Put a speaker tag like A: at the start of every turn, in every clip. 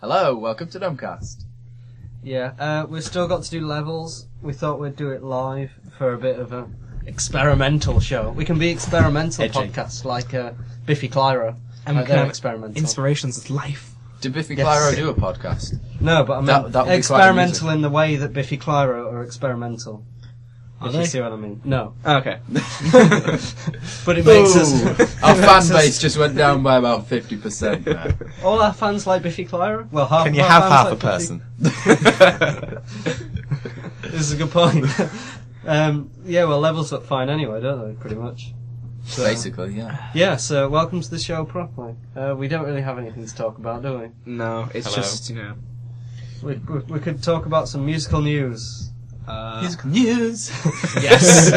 A: Hello, welcome to Dumbcast.
B: Yeah, uh, we've still got to do levels. We thought we'd do it live for a bit of a experimental show. We can be experimental
A: Edgy.
B: podcasts like uh, Biffy Clyro.
C: And we
B: Like
C: can
B: they're
C: have
B: experimental.
C: Inspirations is life.
A: Did Biffy
B: Yes.
A: Clyro do a podcast?
B: no, but I mean
A: That- that would be quite
B: experimental
A: amusing.
B: in the way that Biffy Clyro are experimental.
C: Are
B: if
C: they?
B: you see what I mean. No.
A: Oh,
C: Okay. but it makes us.
A: Our
C: it makes
A: fan
C: us-
A: base just went down by about 50% there.
B: All our fans like Biffy Clyro? Well, half
D: Can
B: of
D: you
B: our
D: have
B: fans
D: half
B: like Biffy-
D: a person?
B: This is uh, a good point. um, yeah, well, levels look fine anyway, don't they? Pretty much. So-
A: Basically, yeah.
B: Yeah, so welcome to the show properly. Uh, we don't really have anything to talk about, do we?
C: No, it's
D: Hello.
C: just, you know.
B: We, we, we could talk about some musical news.
C: Uh,
A: news!
C: Yes.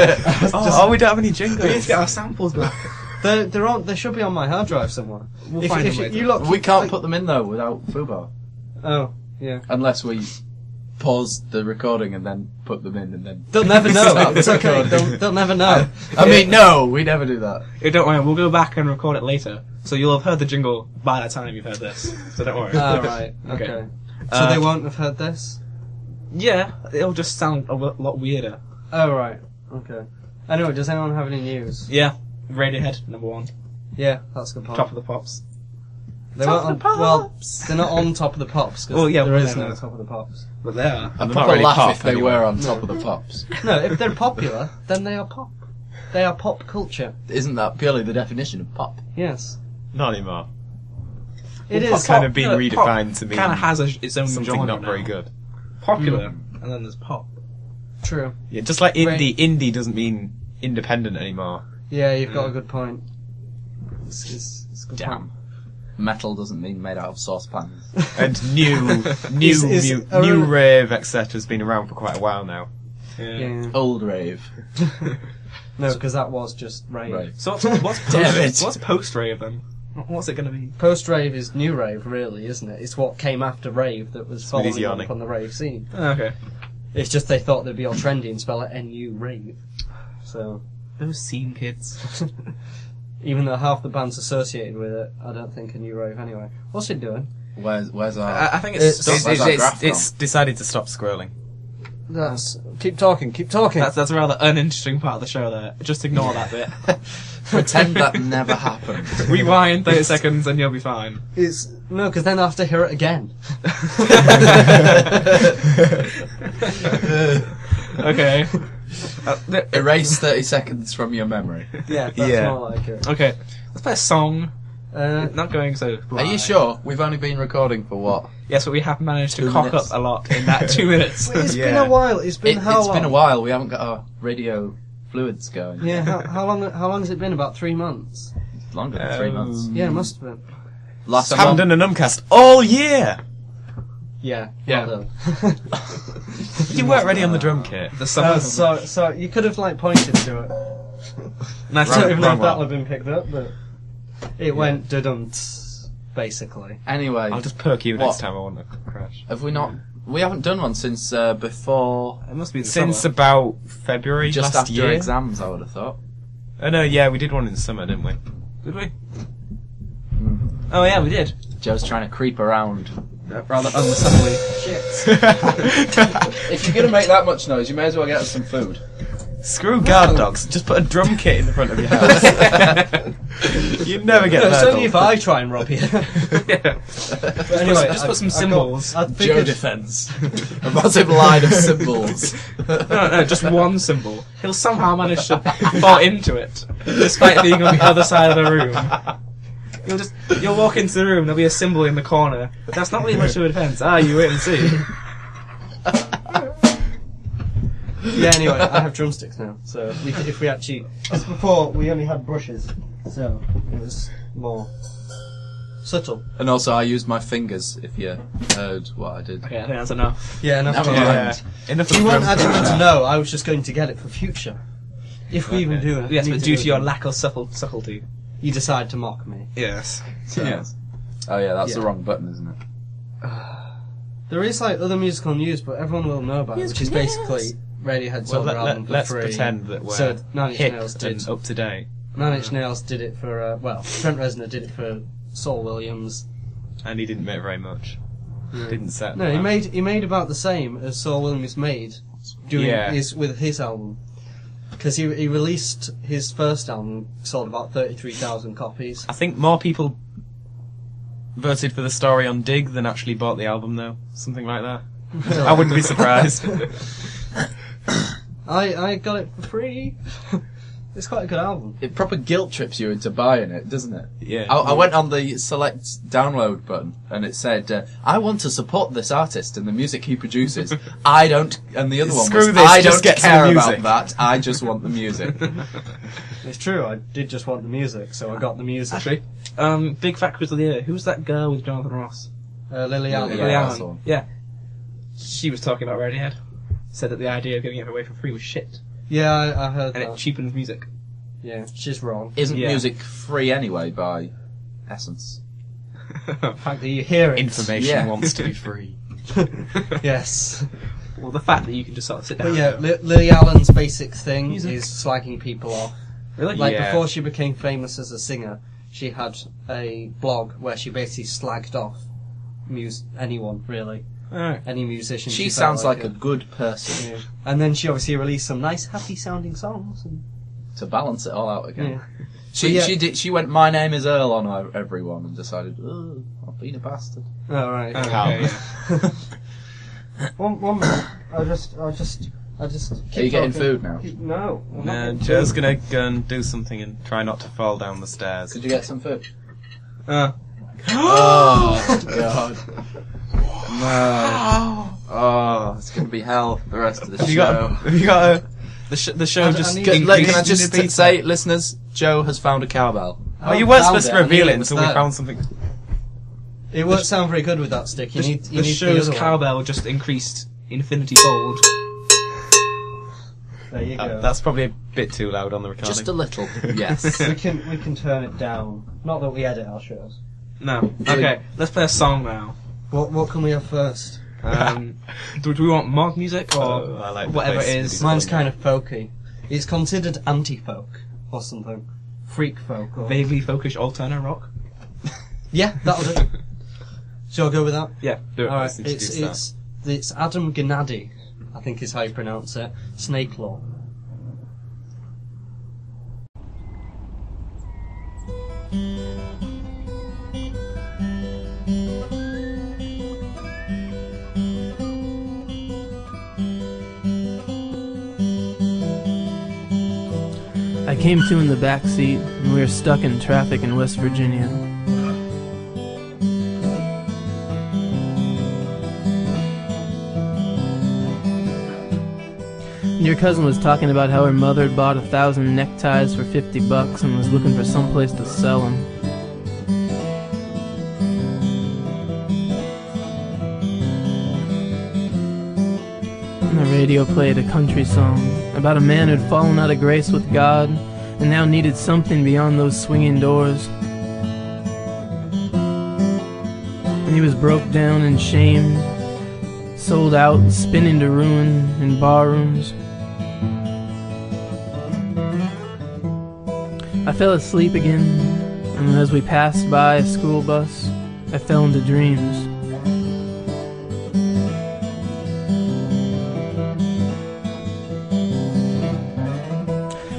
D: oh, we don't have any
C: we need to
D: jingles.
C: get our samples back.
B: They're, they're on, they should be on my hard drive somewhere.
C: We'll
B: if
C: find
B: if
C: them later.
B: you look,
A: we can't put them in though without Fubar.
B: Oh, yeah.
A: Unless we pause the recording and then put them in and then.
B: They'll never know.
A: Stop
B: it's okay.
A: recording.
B: They'll, they'll never know.
A: I mean, no, we never do that.
C: Eh, don't worry, we'll go back and record it later. So you'll have heard the jingle by the time you've heard this. So don't worry.
B: Ah, right. Okay.
C: Okay.
B: So
C: Uh,
B: they won't have heard this.
C: Yeah, it'll just sound a lo- lot weirder.
B: Oh right. Okay. Anyway, does anyone have any news?
C: Yeah. Radiohead, number one.
B: Yeah, that's a good point.
C: Top of the Pops.
B: they
C: Top
B: weren't
C: of the
B: on- well,
C: Pops.
B: they're not on top of the pops. 'cause
C: Oh, yeah,
B: there
C: well,
B: is
C: they're
B: no
C: not.
B: top of the pops.
C: But they are.
A: A
D: not
A: proper
D: really
A: laugh
D: pop
A: if they
D: anyway.
A: were on top of the pops.
B: No, if they're popular, then they are pop. They are pop culture.
A: Isn't that purely the definition of pop?
B: Yes.
D: Not anymore.
B: It is.
D: Pop's kind of being
C: no, pop
D: redefined to mean
C: Kind of has a, its own
D: something
C: genre
D: not very
C: now.
D: good.
C: Popular, and then there's pop.
B: True.
D: Yeah, just like
B: Right.
D: indie, indie doesn't mean independent anymore.
B: Yeah, you've got a good point. It's, it's, it's a good
A: Damn.
B: point.
A: Metal doesn't mean made out of saucepans.
D: And new, new,
B: Is- is-
D: mu-
B: are-
D: new rave, etc., has been around for quite a while now.
B: Yeah.
A: Old rave.
B: No, because that was just rave.
A: Right.
C: So what's, what's
A: Damn
C: post,
A: it.
C: what's post rave then? What's it gonna be?
B: Post rave is new rave, really, isn't it? It's what came after rave that was
D: Somebody's
B: following
D: yawning.
B: up on the rave scene.
C: Okay.
B: It's just they thought they'd be all trendy and spell it NU rave. So,
C: Those scene kids.
B: even though half the band's associated with it, I don't think a new rave anyway. What's it doing?
A: Where's, where's our.
C: I, I think it's,
B: It's-
C: it's,
D: It's,
A: Where's
D: it's,
A: that
D: it's-
A: graph
D: it's decided to stop squirreling.
B: That's Uh, keep talking, keep talking.
C: that's that's a rather uninteresting part of the show there. Just ignore that bit.
A: Pretend that never happened.
C: Rewind thirty seconds and you'll be fine.
B: it's no, because then I have to hear it again.
C: Okay. Uh, th-
A: Erase 30 seconds from your memory.
B: Yeah, that's
D: Yeah.
B: more like it.
C: okay. Let's play a song.
B: Uh,
C: Not going so.
A: Are you
C: blind.
A: sure? We've only been recording for what?
C: Yes, but we have managed to
A: Two
C: cock
A: minutes.
C: up a lot in that two minutes.
B: it's
D: Yeah.
B: been a while. It's been
A: it,
B: how
A: has
B: long?
A: been a while. We haven't got our radio fluids going.
B: Yeah, how, how long? How long has it been? About three months.
A: Longer than three
D: Um,
A: months.
B: Yeah, it must have been.
A: Last
D: haven't
A: time.
D: done a numcast all year.
B: Yeah,
C: Yeah.
B: Well
D: You weren't ready on the drum kit.
C: The summer.
B: done. oh, so, so you could have like pointed to it.
C: nice
B: I don't
D: Right,
B: even know
D: wrong
B: if that
D: one.
B: would have been picked up, but it went dudum basically.
A: Anyway,
D: I'll just perk you
A: What?
D: next time I want to crash.
A: have we not? We haven't done one since uh, before.
C: It must be the
D: Since
C: summer.
D: about February
A: Just
D: last
A: after
D: year.
A: exams, I would have thought.
D: Oh no, yeah, we did one in the summer, didn't we?
C: Did we? Oh yeah, we did.
A: Mm-hmm. Joe's trying to creep around.
C: Rather unsubtly.
A: If you're gonna make that much noise, you may as well get us some food.
D: Screw guard dogs. Just put a drum kit in the front of your house. you never get
B: No,
D: that.
B: it's only if I try and rob you.
C: yeah.
B: But anyway,
C: just put
B: I've-
C: some
B: I've
C: symbols.
B: got- I think
A: Joe
B: it's-
A: defense. A massive line of symbols.
C: No, no, just one symbol. He'll somehow manage to fall into it, despite being on the other side of the room. You'll just you'll walk into the room. There'll be a symbol in the corner. That's not really much of a defense. Ah, you wait and see.
B: yeah. Anyway, I have drumsticks now, so we, c- if we actually, because before we only had brushes, so it was more subtle.
A: And also, I used my fingers. If you heard what I did.
C: Okay, I think that's enough.
B: Yeah, enough.
A: Never
B: of
A: mind.
B: that.
D: Yeah. Enough
B: You
D: of
B: weren't
D: drum
B: actually going to know. I was just going to get it for future. If we even do it.
C: Yes, but due to your lack of subtle, subtlety.
B: You decide to mock me.
C: Yes.
B: So.
A: Yes. Oh yeah, that's the
B: Yeah.
A: wrong button, isn't it?
B: There is like other musical news, but everyone will know about, it, which is basically Radiohead's
D: Well,
B: other
D: let,
B: album for
D: us
B: free.
D: pretend that we're
B: So Nine Inch
D: hip
B: Nails did.
D: and up to date.
B: Nine Inch Nails did it for uh, well, Trent Reznor did it for Saul Williams.
D: And he didn't make very much. Didn't set.
B: No, he
D: that.
B: made he made about the same as Saul and Miss Maid doing
D: Yeah.
B: his with his album because he he released his first album sold about thirty three thousand copies.
D: I think more people voted for the story on Dig than actually bought the album, though. Something like that. I wouldn't be surprised.
B: I I got it for free. it's quite a good album.
A: It proper guilt trips you into buying it, doesn't it?
D: yeah.
A: I, I went on the select download button and it said, uh, "I want to support this artist and the music he produces. I don't." And the other one
D: Screw
A: was,
D: this,
A: "I
D: just
A: don't
D: get some
A: care
D: music."
A: about that. I just want the music."
B: It's true. I did just want the music, so I got the music.
C: Actually, um, big fact quiz of the year. Who's that girl with Jonathan Ross?
B: Uh, Lily Allen.
A: Yeah,
C: Lily
A: that
C: Allen.
A: was all.
C: Yeah. She was talking about Radiohead. Said that the idea of giving it away for free was shit,
B: Yeah, I, I heard
C: and it
B: that.
C: cheapens music.
B: yeah, she's wrong.
A: Isn't
C: Yeah.
A: music free anyway by Essence?
B: The fact that you hear it.
D: Information
A: Yeah.
D: wants to be free.
B: yes.
C: well, the fact that you can just sort of sit down.
B: But yeah, Li- Lily Allen's basic thing
C: Music.
B: is slagging people off.
C: really?
B: Like
D: Yeah.
B: before she became famous as a singer, she had a blog where she basically slagged off mus- anyone really,
C: Alright.
B: any musician.
A: She
B: felt
A: sounds like a good person
B: yeah. And then she obviously released some nice, happy-sounding songs. And,
A: to balance it all out again.
B: yeah.
A: She
B: yeah-
A: she did. She went. My name is Earl on e- everyone, and decided, oh, I've been a bastard.
B: All right.
C: Okay, yeah.
B: One, one minute. I just, I just, I just.
A: Are you getting food now?
B: Keep- no. I'm not
D: No,
B: getting
D: Joe's
B: food.
D: gonna go and do something and try not to fall down the stairs.
A: Could you get some food?
C: Uh,
A: Oh god. No. Oh, it's gonna be hell for the rest of the
D: Have you got?
A: show.
D: Have you got a? The, sh- the show
B: I- I
D: just.
B: need-
A: Can,
D: increased
A: look, can I
D: in
A: just
D: the
A: t-
D: beat.
A: say, listeners, Joe has found a cowbell.
D: Oh, you weren't
B: I found
D: supposed to
B: it. I
D: reveal
B: knew
D: it
B: was
D: until we
B: there.
D: found something.
B: It won't sound very good with that stick. You
C: the,
B: need, you
C: the
B: need
C: show's
B: the other one.
C: cowbell just increased infinity fold.
B: There you go.
D: Uh, that's probably a bit too loud on the recording.
A: Just a little, yes.
B: we can, we can turn it down. Not that we edit our shows.
C: No. Okay, let's play a song now.
B: What, what can we have first?
C: Um, do, do we want mod music or
D: Oh, I like the
C: whatever it
D: place
C: is?
D: with
B: Mine's kind of folky. It's considered anti-folk or something. Freak folk. Or...
C: Vaguely folkish alterno rock?
B: Yeah, that'll do. Shall I go with that?
C: Yeah, do it.
B: All right.
D: let's
B: It's
D: introduce that.
B: it's it's Adam Gennady, I think is how you pronounce it. Snake Law.
E: I came to in the back seat, and we were stuck in traffic in West Virginia. And Your cousin was talking about how her mother had bought a thousand neckties for 50 bucks and was looking for some place to sell them. The radio played a country song about a man who'd fallen out of grace with God and now needed something beyond those swinging doors. And he was broke down and shamed, sold out, spinning to ruin in barrooms. I fell asleep again, and as we passed by a school bus, I fell into dreams.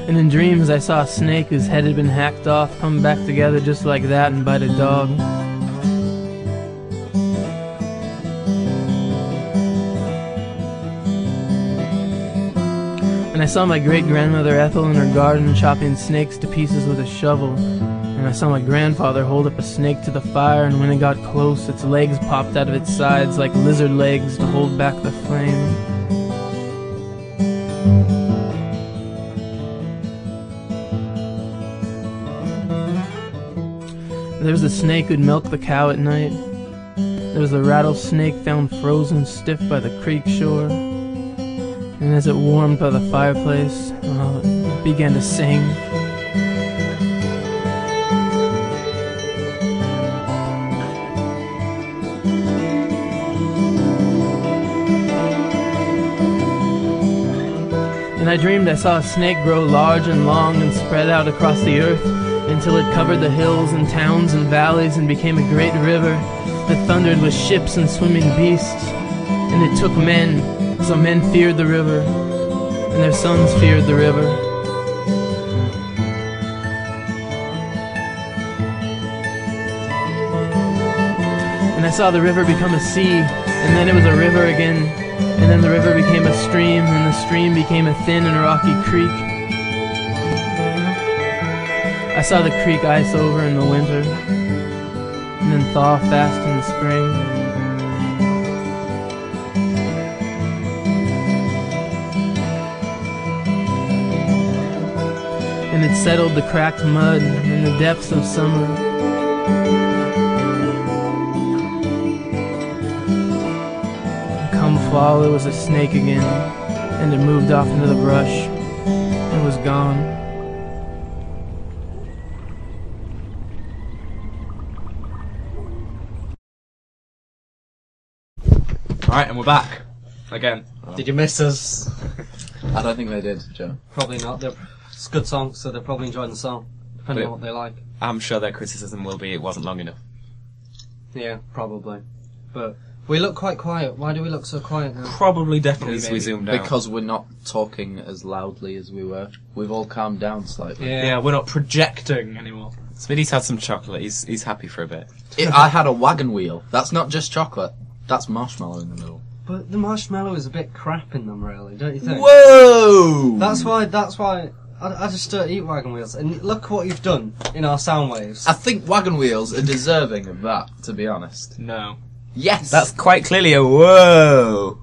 E: And in dreams, I saw a snake whose head had been hacked off come back together just like that and bite a dog. And I saw my great grandmother Ethel in her garden chopping snakes to pieces with a shovel. And I saw my grandfather hold up a snake to the fire, and when it got close, its legs popped out of its sides like lizard legs to hold back the flame. There was the snake who'd milk the cow at night. There was the rattlesnake found frozen stiff by the creek shore. And as it warmed by the fireplace, well, it began to sing. And I dreamed I saw a snake grow large and long and spread out across the earth until it covered the hills and towns and valleys and became a great river. that thundered with ships and swimming beasts. And it took men, so men feared the river, and their sons feared the river. And I saw the river become a sea, and then it was a river again, and then the river became a stream, and the stream became a thin and rocky creek. I saw the creek ice over in the winter, and then thaw fast in the spring. And it settled the cracked mud in the depths of summer. Come fall, it was a snake again, and it moved off into the brush. It was gone.
D: Alright, and we're back. Again.
B: Did you miss us?
A: I don't think they did, Joe.
B: Probably not. They're, it's a good song, so they're probably enjoying the song, depending on what they like.
D: I'm sure their criticism will be it wasn't long enough.
B: Yeah, probably. But we look quite quiet. Why do we look so quiet now?
D: Probably, definitely,
B: Maybe.
D: we zoomed out.
A: Because we're not talking as loudly as we were. We've all calmed down slightly.
B: Yeah.
C: Yeah, we're not projecting anymore.
D: Smitty's had some chocolate. He's he's happy for a bit.
A: If I had a wagon wheel. That's not just chocolate. That's marshmallow in the middle.
B: But the marshmallow is a bit crap in them, really, don't you think?
A: Whoa!
B: That's why. That's why. I, I just don't eat wagon wheels. And look what you've done in our sound waves.
A: I think wagon wheels are deserving of that, to be honest.
C: No.
A: Yes!
D: That's quite clearly a whoa.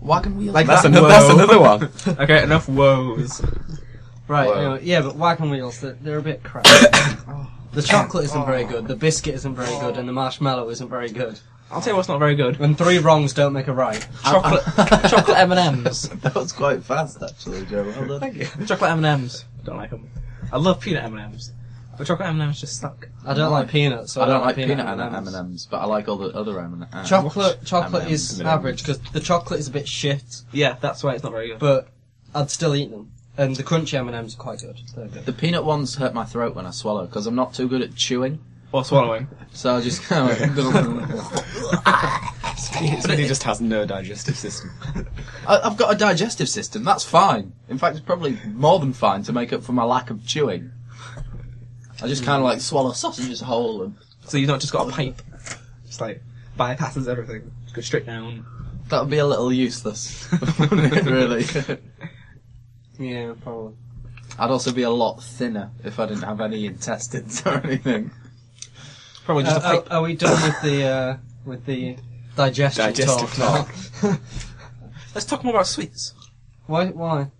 A: wagon wheels.
D: Like that's
A: that whoa.
D: another that's another one.
C: Okay, enough woes.
B: Right,
A: Wow.
B: anyway, yeah, but wagon wheels, they're, they're a bit crap. Oh, the chocolate isn't very good, the biscuit isn't very good, and the marshmallow isn't very good.
C: I'll tell you what's not very good.
B: When three wrongs don't make a right.
C: Chocolate, chocolate M and M's.
A: That was quite fast, actually, Joe. Well done.
C: Chocolate M and M's. Don't like them. I love peanut M and M's, but chocolate M and M's just suck.
B: I don't like peanuts, so
A: I don't like peanut
B: M&Ms.
A: M and M's, but I like all the other M and M's.
B: Chocolate, chocolate is
A: M&Ms.
B: average, because the chocolate is a bit shit,
C: Yeah, that's why it's not very good.
B: but I'd still eat them. And the crunchy M&Ms are quite good. They're good.
A: The peanut ones hurt my throat when I swallow because I'm not too good at chewing.
C: Or swallowing.
A: So I just kind of.
D: Smitty just has no digestive system.
A: I- I've got a digestive system. That's fine. In fact, it's probably more than fine to make up for my lack of chewing. I just kind of like swallow sausages whole and
C: So you've not just got a pipe. Just like bypasses everything. Just go straight down.
A: that would be a little useless, wouldn't it, really.
B: Yeah, probably.
A: I'd also be a lot thinner if I didn't have any intestines or anything.
C: Probably just a
B: Uh,
C: pipe.
B: are, are we done with the, uh, with the digestion
D: Digestive
B: talk now?
C: Let's talk more about sweets.
B: why, why?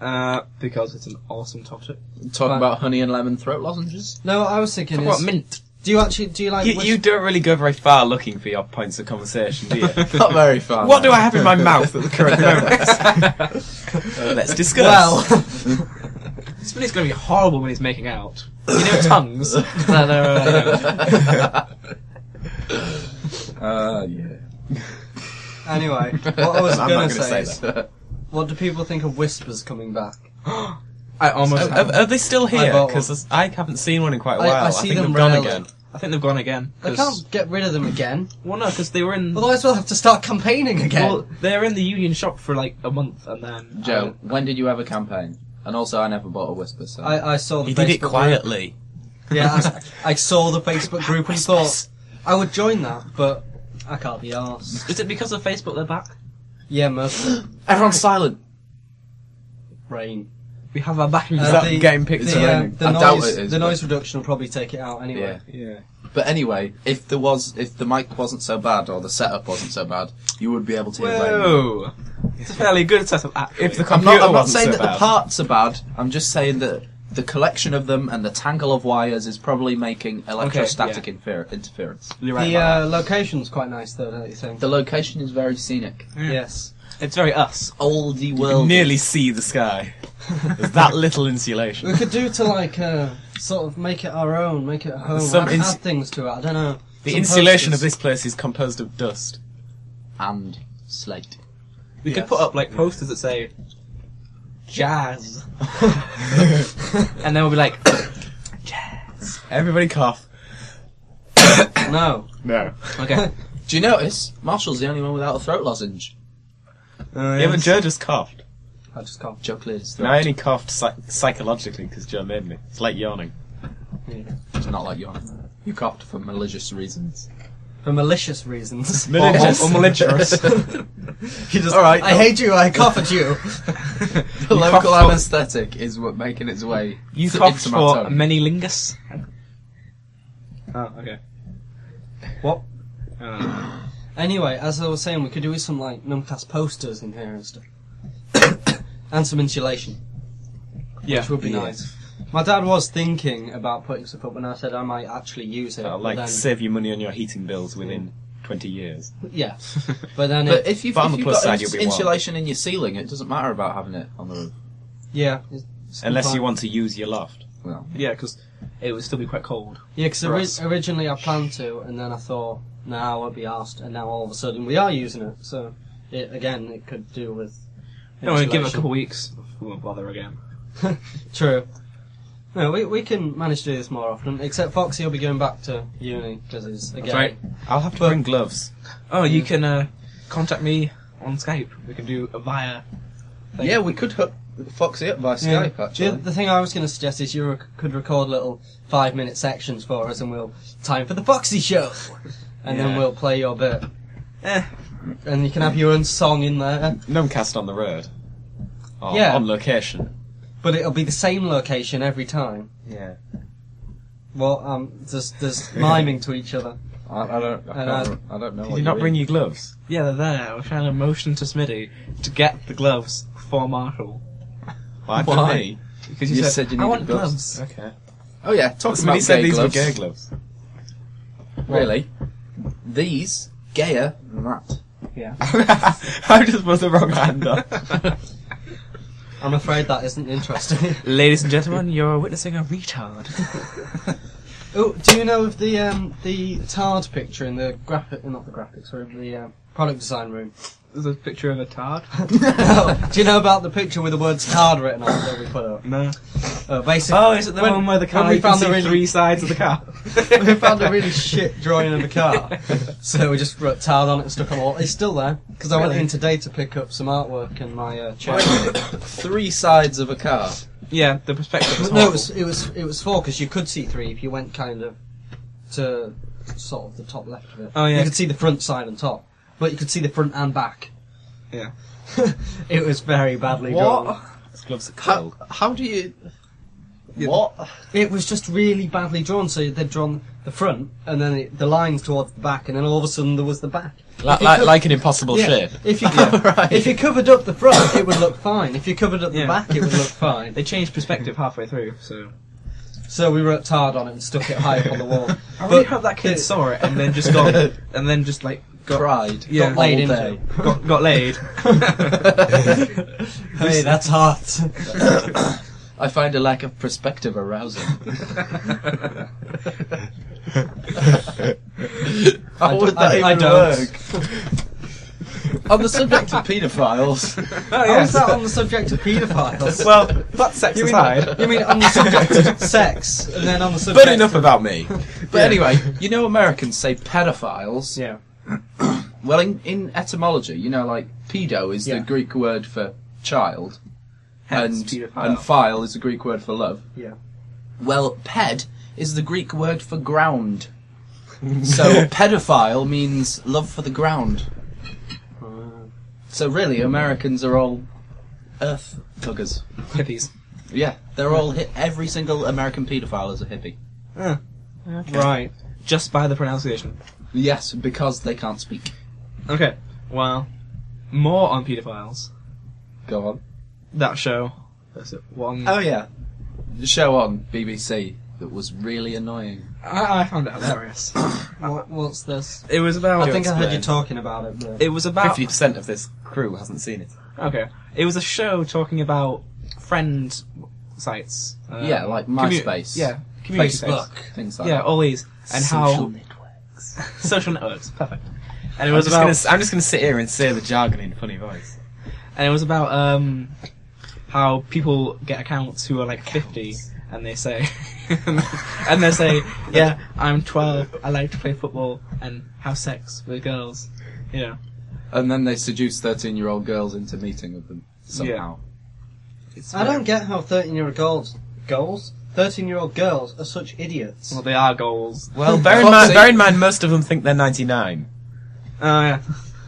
C: Uh, because it's an awesome topic.
A: Talk
B: Right.
A: about honey and lemon throat lozenges.
B: No, I was thinking
C: Talk
B: is,
C: about mint.
B: do you actually, do you like...
D: You,
B: which-
D: you don't really go very far looking for your points of conversation, do you?
A: Not very far.
D: what do I have in my mouth at the current moment? Let's discuss.
B: Well,
C: Smitty's gonna be horrible when he's making out. You know tongues. no, no, no, no, no.
A: Uh, yeah.
B: anyway, what I was
D: I'm not
B: going
D: gonna
B: to say,
D: say um,
B: is,
A: that.
B: what do people think of whispers coming back?
C: I almost.
D: Are, are they still
B: I
D: here?
B: bought one.
D: Because I haven't seen one in quite a
B: I-
D: while.
B: I see
D: think
B: them
D: they've gone
B: rarely.
D: again.
C: I think they've gone again.
B: They
C: 'cause-
B: can't get rid of them again.
C: Well, no, because they were in.
B: Otherwise, we'll have to start campaigning again.
C: Well, they're in the union shop for like a month, and then um,
A: Joe, when did you ever campaign? And also, I never bought a whisper. So
B: I, I saw the
D: He
B: Facebook
D: did it
B: Group.
D: quietly.
B: Yeah, I, s- I saw the Facebook group and thought I would join that, but I can't be arsed.
C: Is it because of Facebook they're back?
B: Yeah, mostly
A: everyone's silent.
B: rain.
C: We have our back in
B: Uh,
D: that
B: the-
D: getting picked
B: the,
D: up?
B: uh, the
A: I
B: noise,
A: doubt it is,
B: the
A: but-
B: noise reduction will probably take it out anyway.
D: Yeah.
A: But anyway, if there was, if the mic wasn't so bad or the setup wasn't so bad, you would be able to hear rain.
D: Whoa.
C: It's a fairly good setup, actually.
D: If the
A: I'm
D: computer
A: not, I'm not
D: wasn't
A: saying
D: so
A: that the
D: bad.
A: parts are bad. I'm just saying that the collection of them and the tangle of wires is probably making electrostatic
C: Okay,
A: infer- interference.
C: You're right
B: The
C: about
B: uh, location's quite nice, though, don't you think?
A: The location is very scenic.
C: Yeah.
B: Yes.
C: that. It's very us.
A: Oldie
D: You can
A: world.
D: nearly see the sky. There's that little insulation.
B: We could do to like uh, sort of make it our own, make it at home,
D: Some
B: add,
D: ins-
B: add things to it. I don't know.
D: The
B: Some
D: insulation of
B: posters.
D: this place is composed of dust.
A: and slate.
C: We could
D: Yes.
C: put up like posters that say jazz, and then we'll be like,
D: Everybody cough.
B: No,
F: No.
C: Okay.
A: Do you notice Marshall's the only one without a throat lozenge?
D: Yeah, but Joe just coughed.
C: I just can't.
A: Joe cleared his
D: And I
A: throat.
D: only coughed psych- psychologically because Joe made me. It's like yawning.
A: It's not like you. You coughed for malicious reasons.
B: For malicious reasons.
D: Malicious. Or, or malicious.
B: He just,
A: All right.
B: I hate you, I cough at you.
A: The
D: You coughed
A: local
D: for-
A: anaesthetic is what making its way
C: You
A: to-
C: coughed
A: into my
C: for
A: tongue.
C: menilingus. Oh, okay.
B: What?
C: Uh,
B: Anyway, as I was saying, we could do with some like numcast posters in here and stuff, and some insulation,
C: yeah.
B: which would be
A: Yeah.
B: nice. My dad was thinking about putting stuff up, and I said I might actually use it.
D: That'll,
B: but
D: like
B: then-
D: save you money on your heating bills within 20 years.
B: yeah, but then
A: But
B: it,
A: if you've,
D: But on
A: if
D: the
A: you've
D: plus
A: got
D: side,
A: ins-
D: you'll be warm.
A: insulation in your ceiling, it doesn't matter about having it on the roof.
B: yeah, it's- it's
D: Unless
B: fine.
D: you want to use your loft.
A: Well,
C: Yeah, because it would still be quite cold.
B: Yeah, because
C: for us.
B: originally I planned to, and then I thought, nah, I won't be asked, and now all of a sudden we are using it. So, it, again, it could do with.
C: You know, we'll give it a
B: insulation.
C: couple weeks. We won't bother again.
B: True. No, we, we can manage to do this more often. Except Foxy will be going back to uni because he's again.
C: right.
D: I'll have to bring gloves.
C: Oh,
B: Mm.
C: you can uh, contact me on Skype. We can do a via. Thank
A: yeah, we could hook Foxy up by
B: Yeah.
A: Skype
B: The,
A: actually.
B: the thing I was going to suggest is you rec- could record little five minute sections for us, and we'll time for the Foxy show, and then
D: Yeah.
B: we'll play your bit.
C: Eh.
B: And you can have your own song in there,
D: Nomcast on the road. Or
B: Yeah.
D: On location.
B: but it'll be the same location every time.
D: Yeah.
B: Well, um, there's there's miming to each other.
A: I, I don't, I,
B: And
A: can't
B: I-
A: re- I don't know.
D: Did
A: what
D: you not
A: mean.
D: bring your gloves?
C: Yeah, they're there. We're trying to motion to Smitty to get the gloves for Marshall.
D: Why?
A: Why?
D: For me?
C: Because
A: You said you
C: I
A: needed
C: want
A: gloves."
C: gloves.
D: Okay.
A: Oh yeah, talking
D: Somebody
A: about
D: said
A: gay
D: these
A: gloves.
D: were gay gloves.
A: Really, these gayer than that.
D: I just was the wrong hand up.
B: I'm afraid that isn't interesting.
C: Ladies and gentlemen, you're witnessing a retard.
B: oh, do you know of the um the tard picture in the graphic? Not the graphics, sorry, the um, product design room.
C: There's a picture of a tard.
B: Oh, do you know about the picture with the words "tard" written on it that we put up?
C: No.
B: Uh, basically,
C: Oh, is it the
B: When-
C: one where the car
B: when we
C: you can
B: found the
C: see
B: original-
C: three sides of the car?
B: we found a really shit drawing of the car, so we just wrote "tard" on it and stuck on the wall. It's still there because I went
C: Really?
B: in today to pick up some artwork and my uh, chair.
A: Three sides of a car.
C: Yeah, the perspective is
B: no,
C: horrible.
B: it was it was it was four because you could see three if you went kind of to sort of the top left of it.
C: Oh, yeah.
B: you could see the front side and top, but you could see the front and back.
C: Yeah.
B: it was very badly drawn.
A: What?
D: Those gloves are
A: How,
D: cold.
A: how do you? you-
B: What? It was just really badly drawn. So they'd drawn the front and then it, the lines towards the back, and then all of a sudden there was the back.
D: Like,
B: you like- could-
D: an impossible
B: Yeah. If you
A: Right.
B: if you covered up the front, it would look fine. If you covered up the
C: Yeah.
B: back, it would look fine.
C: They changed perspective halfway through, so.
B: So we wrote tard on it and stuck it high up on the wall.
C: I really
B: But-
C: hope that kid saw it and then just got. and then just, like, got,
A: Cried.
C: Yeah.
A: Got
C: Laid
A: laid
B: into.
A: day.
C: got, got laid.
B: Hey, that's hot.
A: I find a lack of perspective arousing. How
B: I d-
A: would that
B: I-
A: even
B: I don't.
A: work? On the subject of paedophiles,
C: Oh,
B: How is
C: yes.
B: that on the subject of paedophiles?
C: well, that's sex
B: you mean,
C: aside.
B: you mean on the subject of sex, and then on the subject
D: But enough
B: of...
D: about me.
A: but anyway, you know Americans say pedophiles.
B: Yeah.
A: Well, in, in etymology, you know, like pedo is
B: Yeah.
A: the Greek word for child,
C: Hence
A: and
C: paedophile.
A: and phile is the Greek word for love.
B: Yeah.
A: Well, ped is the Greek word for ground. so pedophile means love for the ground. So really, Americans are all earth buggers.
C: hippies.
A: Yeah, they're all hi- every single American pedophile is a hippie.
C: Right. Just by the pronunciation.
A: Yes, because they can't speak.
C: Okay. Well, more on paedophiles.
A: Go on.
C: That show. That's it. One.
A: Oh yeah, the show on BBC that was really annoying.
C: I, I found it hilarious.
B: What, what's this?
C: it was about.
B: I think I heard you
D: explain.
B: talking about it, but...
C: It was about.
D: 50% of this crew hasn't seen it.
C: Okay. It was a show talking about friend sites. uh,
A: yeah, like
C: commu-
A: MySpace.
C: yeah. Community
B: Facebook.
C: sites.
A: things like
C: Yeah,
A: that.
C: all these and
A: Social
C: how
A: network.
C: social networks. Perfect. And it
D: I'm
C: was
D: just,
C: about
D: gonna, s- I'm just gonna sit here and say the jargon in funny voice.
C: and it was about um how people get accounts who are like fifty and they say, and they say, yeah, I'm 12, I like to play football and have sex with girls. You know,
A: And then they seduce 13 year old girls into meeting with them somehow.
B: I don't get how 13 year old girls. Goals? 13 year old girls are such idiots.
C: well, they are goals.
D: Well, bear in
A: Fuck's
D: mind,
A: sake.
D: bear in mind, most of them think they're 99.
C: Oh yeah.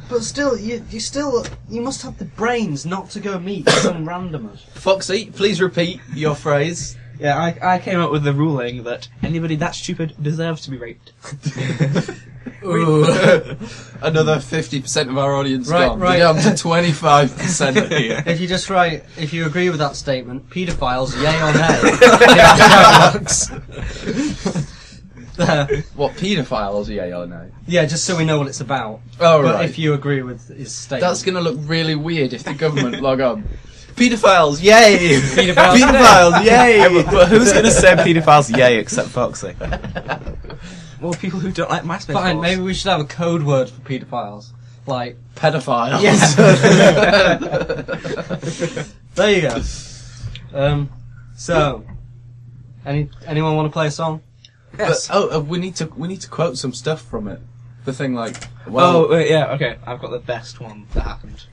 B: But still, you, you still. You must have the brains not to go meet some randomer.
A: Foxy, please repeat your phrase.
C: Yeah, I, I came up with the ruling that anybody that stupid deserves to be raped.
A: Another 50% of our audience
B: Right,
A: gone.
B: right.
A: We're down to 25% here.
B: If you just write, if you agree with that statement, paedophiles, yay or nay? Uh,
A: What, paedophiles, yeah or no?
B: yeah, just so we know what it's about.
A: Oh,
B: but
A: right.
B: if you agree with his statement,
A: That's going to look really weird if the government log on. Paedophiles, yay!
C: Paedophiles.
A: Paedophiles, yay!
D: But who's going to say paedophiles yay except Foxy?
C: Well, people who don't like MySpace.
B: fine.
C: goals.
B: Maybe we should have a code word for paedophiles. Like,
A: Pedophiles.
B: there you go. Um, so, any anyone want to play a song?
C: Yes.
A: But, oh, uh, we need to we need to quote some stuff from it. The thing like,
C: Oh,
A: well,
C: wait, yeah, okay. I've got the best one that happened.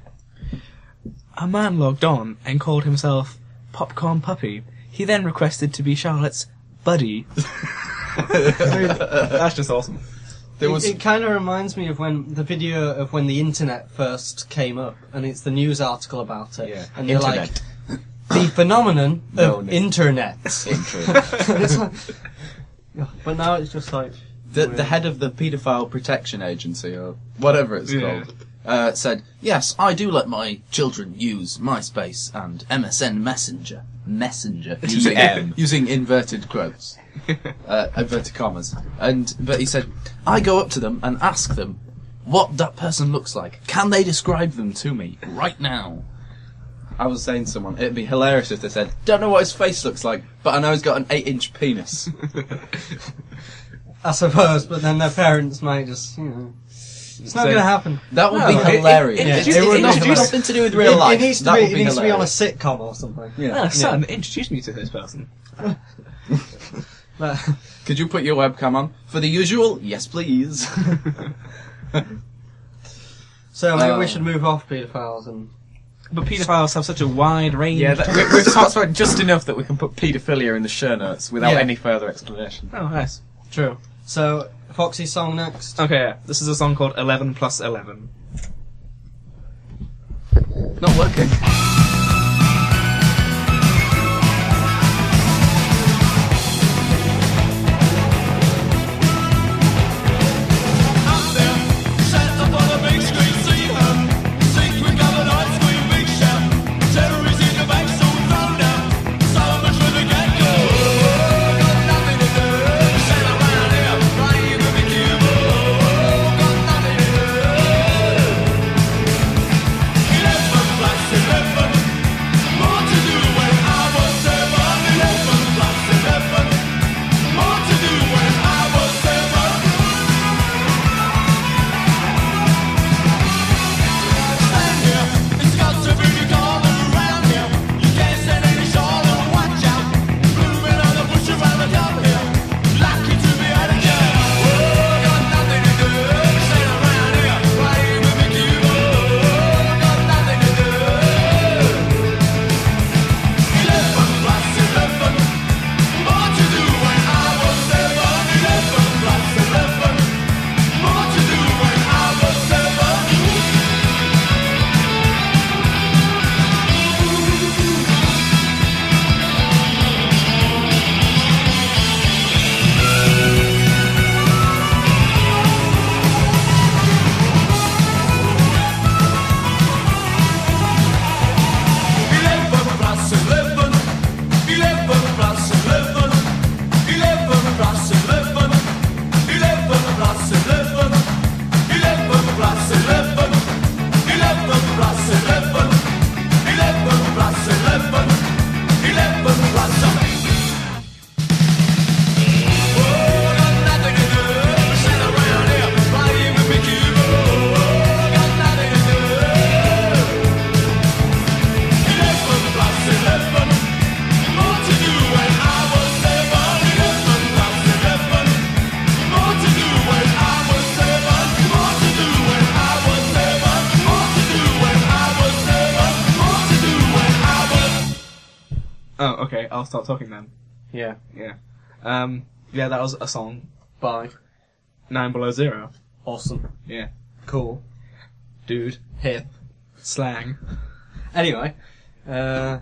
C: A man logged on and called himself Popcorn Puppy. He then requested to be Charlotte's buddy.
D: Oh.
C: That's just awesome.
A: there
B: It-
A: was
B: It, kind of reminds me of when the video of when the internet first came up, and it's the news article about it,
D: Yeah.
B: and you're like the phenomenon
A: No,
B: of
A: no.
B: internet.
A: Intro.
B: It's like- but now it's just like
A: the, the head of the paedophile protection agency or whatever it's
C: Yeah.
A: called uh, said, "Yes, I do let my children use MySpace and MSN Messenger, Messenger using,
D: TM.
A: using inverted quotes, uh, inverted commas." And but he said, "I go up to them and ask them." What that person looks like. Can they describe them to me right now? I was saying to someone, it'd be hilarious if they said, Don't know what his face looks like, but I know he's got an 8 inch penis.
B: I suppose, but then their parents might just you know. It's not
C: So-
B: going to happen.
A: That would
C: No,
A: be
C: it- it-
A: hilarious.
C: it-
B: Yeah,
A: It's
B: it would not
A: nothing,
B: happen.
A: nothing to do with real
B: it,
A: life.
B: It needs to
A: that
B: be.
A: would
B: It needs to be on a
A: hilarious.
B: sitcom or something.
A: Yeah.
C: Ah, son, introduce me to this person.
B: But,
A: Could you put your webcam on for the usual? Yes, please.
B: so maybe we
A: Um,
B: should move off paedophiles and
C: But paedophiles have such a wide range.
D: Yeah, that, we, we've talked about just enough that we can put paedophilia in the show notes without
B: Yeah.
D: any further explanation.
C: Oh, nice.
B: true. So Foxy's song next.
C: Okay, this is a song called 11 plus 11.
A: Not working.
F: Remember
C: Oh, Okay, I'll start talking then.
B: Yeah.
C: Yeah. Um, yeah, that was a song by Nine Below Zero.
B: Awesome.
C: Yeah.
B: Cool.
C: Dude.
B: Hip.
C: Slang.
B: Anyway, uh, uh,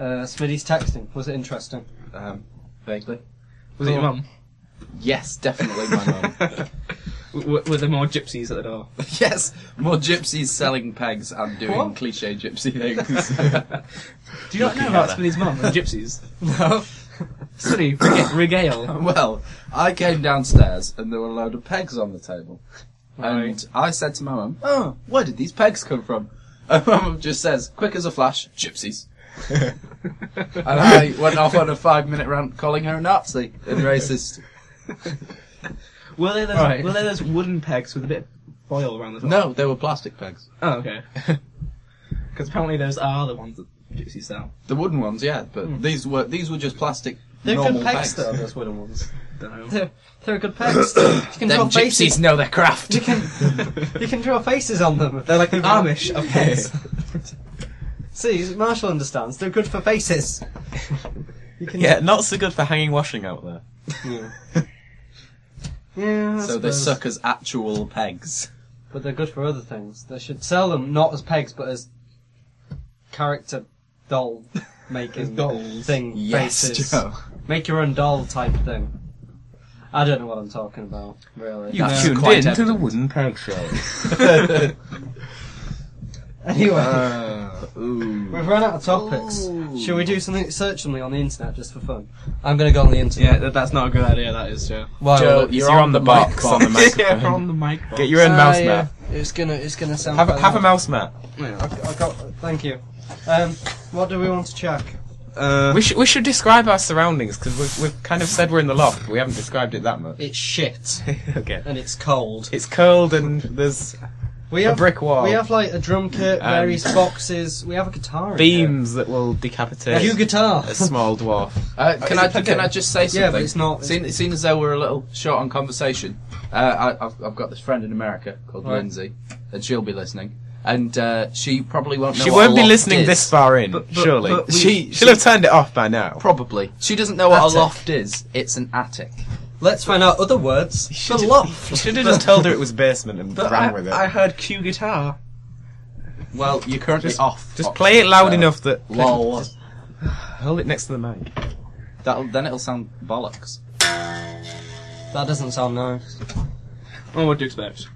B: Smitty's texting. Was it interesting?
A: Um, vaguely.
C: Was it your mum?
A: Yes, definitely my mum.
C: W- were there more gypsies at the door?
A: yes, more gypsies selling pegs and doing
B: What?
A: cliche gypsy things.
C: Do you not know
A: Looking
C: about
A: at her.
C: Smitty's mum and gypsies?
B: No.
C: Smitty, rega- regale.
A: well, I came downstairs and there were a load of pegs on the table. And
C: Right.
A: I said to my mum, Oh, where did these pegs come from? And my mum just says, quick as a flash, gypsies. And I went off on a five minute rant calling her a Nazi and racist.
C: Were there those,
B: Right.
C: were there those wooden pegs with a bit of foil around the top?
A: No, they were plastic pegs.
C: Oh, okay. Because apparently those are the ones that gypsies sell.
A: The wooden ones, yeah, but these were these were just plastic
B: They're
A: normal
B: good
A: pegs.
B: pegs, though, those wooden ones.
C: Don't know.
B: They're, they're good pegs. you can draw
A: Them gypsies
B: faces.
A: know their craft.
B: You can, you can draw faces on them.
C: They're like the Amish of pegs.
B: See, Marshall understands. They're good for faces. You can,
D: Yeah, not so good for hanging washing out there.
B: Yeah, I
A: So they
B: suppose.
A: suck as actual pegs.
B: But they're good for other things. They should sell them not as pegs, but as character doll making
C: dolls.
B: thing
A: Yes,
B: faces.
A: Joe.
B: Make your own doll type thing. I don't know what I'm talking about, really.
A: You've That's tuned quite in to evident. the
D: wooden peg show.
B: Anyway,
D: Um,
A: Uh, ooh.
B: we've run out of topics.
D: oh.
A: Ooh.
B: Should we do something searchingly on the internet just for fun? I'm gonna go on the internet.
C: Yeah, that, that's not a good idea, that is, Joe.
B: Why
A: Joe,
B: will it-
A: you're, on, the box.
D: box. On the
C: yeah,
D: microphone.
C: we're on the mic. box.
D: Get your own
B: Ah,
D: mouse
B: yeah.
D: mat.
B: It's gonna, it's gonna sound.
D: Have a,
B: quite
D: have a
B: loud.
D: mouse mat.
C: Yeah.
B: I, I got. Thank you. Um, what do we want to check?
C: Uh,
D: we, should, we should describe our surroundings because we've, we've kind of said we're in the loft, but we haven't described it that much.
B: It's shit
D: okay.
B: and it's cold.
D: It's curled and there's
B: We
D: A
B: have
D: brick wall.
B: We have like a drum kit,
D: Oh. Um,
B: various boxes. We have a guitar. in
D: beams that will
B: here.
D: decapitate
B: You guitar.
D: a small dwarf.
A: Uh, can I
B: it plugged
A: can
B: in?
A: I just say something?
B: Yeah, but it's not-
A: Seeing, seeing as though we're a little short on conversation, uh, I, I've, I've got this friend in America called
B: Right.
A: Lindsay, and she'll be listening, and uh, she probably won't know.
D: She
A: what
D: won't
A: a
D: be
A: loft
D: listening
A: is.
D: this far in,
A: But- but-
D: surely.
A: but we-
D: she,
A: she-
D: she'll have turned it off by now.
A: Probably, she doesn't know what
D: Attic.
A: a loft is. It's an attic.
B: Let's find out other words. The
D: Should've-
B: loft.
D: Should have just told her it was basement and
C: But
D: ran
C: I,
D: with it.
C: I heard Q guitar.
A: Well, you're currently
D: Just-
A: off.
D: just play it loud
A: so-
D: enough that.
A: Lol.
D: Hold it next to the mic.
A: That'll, then it'll sound bollocks.
B: That doesn't sound nice.
C: Oh, what do you expect?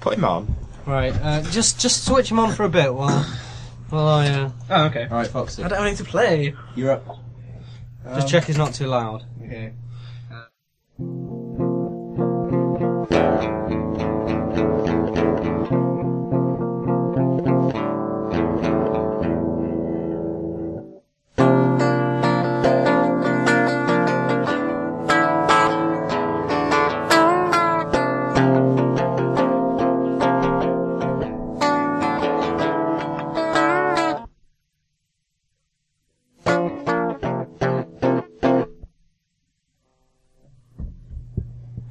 D: Put him on.
B: Right. Uh, just just switch him on for a bit while. Well, I uh,
C: Oh, okay.
A: All right, Foxy,
C: I don't need to play.
A: you're up.
B: just check he's not too loud.
C: Okay.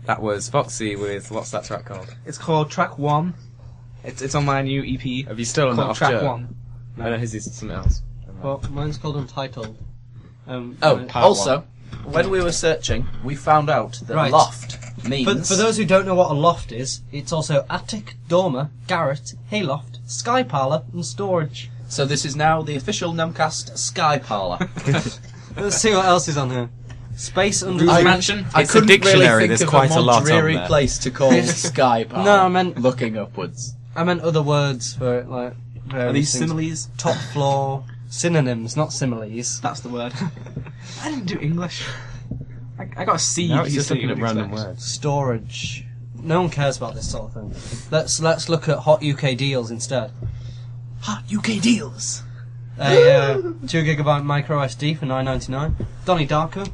D: That was Foxy with what's that track called?
C: It's called Track One. It's it's on my new EP
D: Have you stolen that
C: called
D: off
C: Track
D: Joe?
C: One.
D: I know his is something else.
B: Well, mine's called Untitled. Um,
A: Oh,
D: Part
A: also, when we were searching, we found out that
B: Right.
A: loft means
B: But for those who don't know what a loft is, it's also attic, dormer, garret, hayloft, sky parlour, and storage.
A: So this is now the official Numcast Sky Parlour.
B: Let's see what else is on here. Space under
C: Whose
B: the
C: mansion?
A: I
D: It's a
A: couldn't
D: dictionary,
A: really think
D: there's
A: of
D: quite
A: a
D: a
A: more
D: lot on
A: dreary
D: there.
A: place to call Sky Parlour.
B: No, I meant-
A: looking upwards.
B: I meant other words for it, like
C: Are
B: various
C: these
B: things.
C: similes?
B: top floor synonyms, not similes.
C: That's the word. I didn't do English. I, I got a C.
D: Now
C: GCSE,
D: he's just looking at
C: you'd
D: random
C: expect.
D: words.
B: Storage. No one cares about this sort of thing. Let's let's look at hot UK deals instead.
A: Hot UK deals.
B: A uh, two gigabyte micro SD for nine ninety nine. Donnie Darko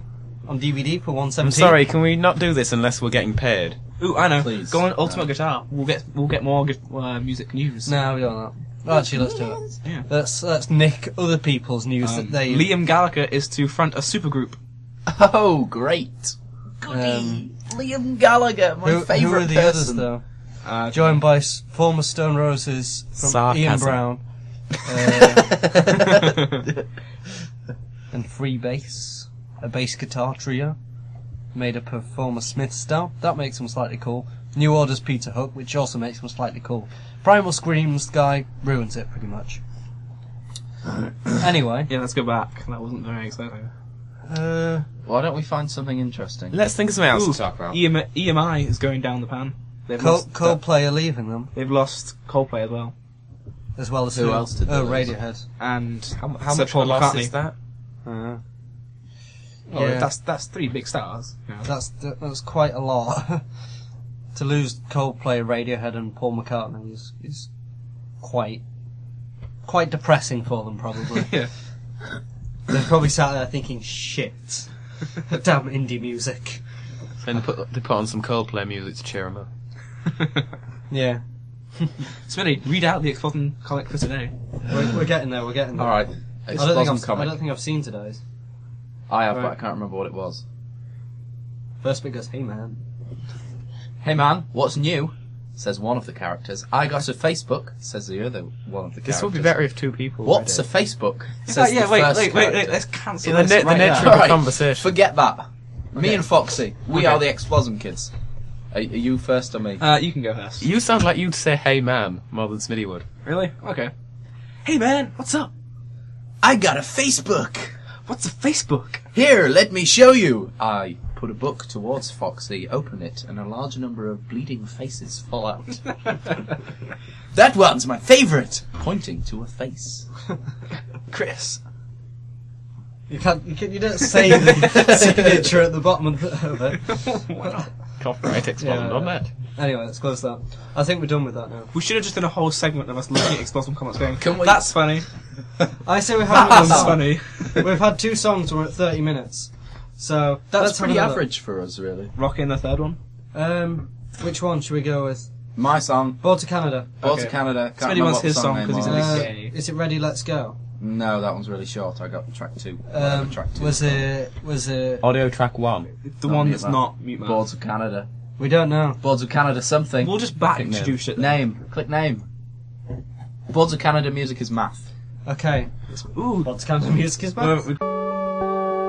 B: on DVD for one
D: I'm
B: seventeen.
D: sorry, can we not do this unless we're getting paid?
C: Ooh, I know.
A: Please.
C: Go on Ultimate Guitar. We'll get we'll get more gu- uh, music news.
B: No, we don't know. Well, actually, let's do it.
C: Yeah.
B: Let's let's nick other people's news
C: Um,
D: Uh,
B: that they
C: Liam Gallagher is to front a supergroup.
A: Oh, great.
B: Um,
A: Liam Gallagher, my
B: who, who
A: favourite
B: are the others
A: person.
B: though?
D: Uh,
B: Joined by s- former Stone Roses from Ian
D: Sarcasm.
B: Brown. Uh, and free bass, a bass guitar trio made up of former Smith style. That makes them slightly cool. New Order's Peter Hook, which also makes them slightly cool. Primal Scream's guy ruins it pretty much. anyway,
C: Yeah, let's go back. That wasn't very exciting.
B: uh,
A: Why don't we find something interesting?
D: Let's think of something else
C: Ooh,
D: to talk about.
C: EMI, EMI E is going down the pan. They've
B: Col-
C: lost,
B: Coldplay are leaving them
C: they've lost Coldplay as well.
B: as well as
A: Who else did they
B: Oh,
A: lose?
B: Radiohead.
C: And
D: How, how
C: Sir
D: much
C: Paul
D: of a loss
C: McCartney.
D: is that?
A: Uh-huh.
B: Uh,
C: well,
B: Yeah.
C: Oh, that's that's three big stars. you know.
B: that's that- that's quite a lot. to lose Coldplay, Radiohead, and Paul McCartney is is quite quite depressing for them probably.
C: Yeah.
B: They're probably sat there thinking, "Shit, damn indie music."
D: And they put, they put on some Coldplay music to cheer them up.
B: Yeah,
C: Smitty, read out the Explosion comic for today.
B: we're, we're getting there. We're getting there.
A: Alright.
B: I don't,
A: Explosum
B: think I've, I don't
A: comic.
B: think I've seen today's.
A: I have, but I
B: Alright.
A: can't remember what it was.
B: First bit goes, "Hey man."
A: Hey man, what's new? Says one of the characters. I got a Facebook, says the other one of the characters.
D: This would be better if two people.
A: What's a
D: read it.
A: Facebook?
C: Oh,
A: Says
C: yeah,
A: the
C: wait,
A: first
C: wait, wait, wait,
A: character.
C: let's cancel
D: the,
C: this
D: na- the
C: right
D: nature
C: now.
D: of the
A: Alright,
D: conversation.
A: Forget that. Me
D: Okay.
A: and Foxy, we
D: Okay.
A: are the Explosum kids. Are, are you first or me?
C: Uh, you can go first.
D: You sound like you'd say "Hey man" more than Smitty would.
C: Really? Okay. Hey man, what's up?
A: I got a Facebook.
C: What's a Facebook?
A: Here, let me show you. I put a book towards Foxy, open it, and a large number of bleeding faces fall out. that one's my favorite. Pointing to a face.
C: Chris.
B: You can't. You, can, you don't say the signature at the bottom of, the, of it.
C: Why not?
D: Copyright exploded
B: Yeah.
D: on that.
B: Anyway, let's close that. I think we're done with that now.
C: We should have just done a whole segment of us looking at Explosion comics going,
A: Can we-
C: That's funny.
B: I say we haven't done
C: That's
B: that.
C: funny.
B: We've had two songs. We're at thirty minutes. So
A: That's
B: let's have
A: pretty
B: another-
A: average for us, really.
C: Rocking the third one.
B: Um, which one should we go with?
A: My song,
B: Board to Canada.
A: Ball
C: Okay.
A: to Canada. Can't
C: Somebody
A: remember
C: wants
A: what the
C: his
A: song
C: song
A: name
C: 'cause he's
A: was.
C: a
B: Uh,
C: Okay.
B: Is it ready? Let's go.
A: No, that one's really short. I got track two. Whatever
B: Um,
A: track two.
B: was it? Was it?
D: Audio track one.
C: The
A: Not
C: one
A: Mute
C: that's
A: Man.
C: not Mute Man.
A: Boards of Canada.
B: We don't know.
A: Boards of Canada something.
C: We'll just back
D: Click name.
C: introduce it. then.
A: Name. Click name. Boards of Canada music is math.
B: Okay.
C: Ooh.
B: Board to Canada music is back.
C: Well, we-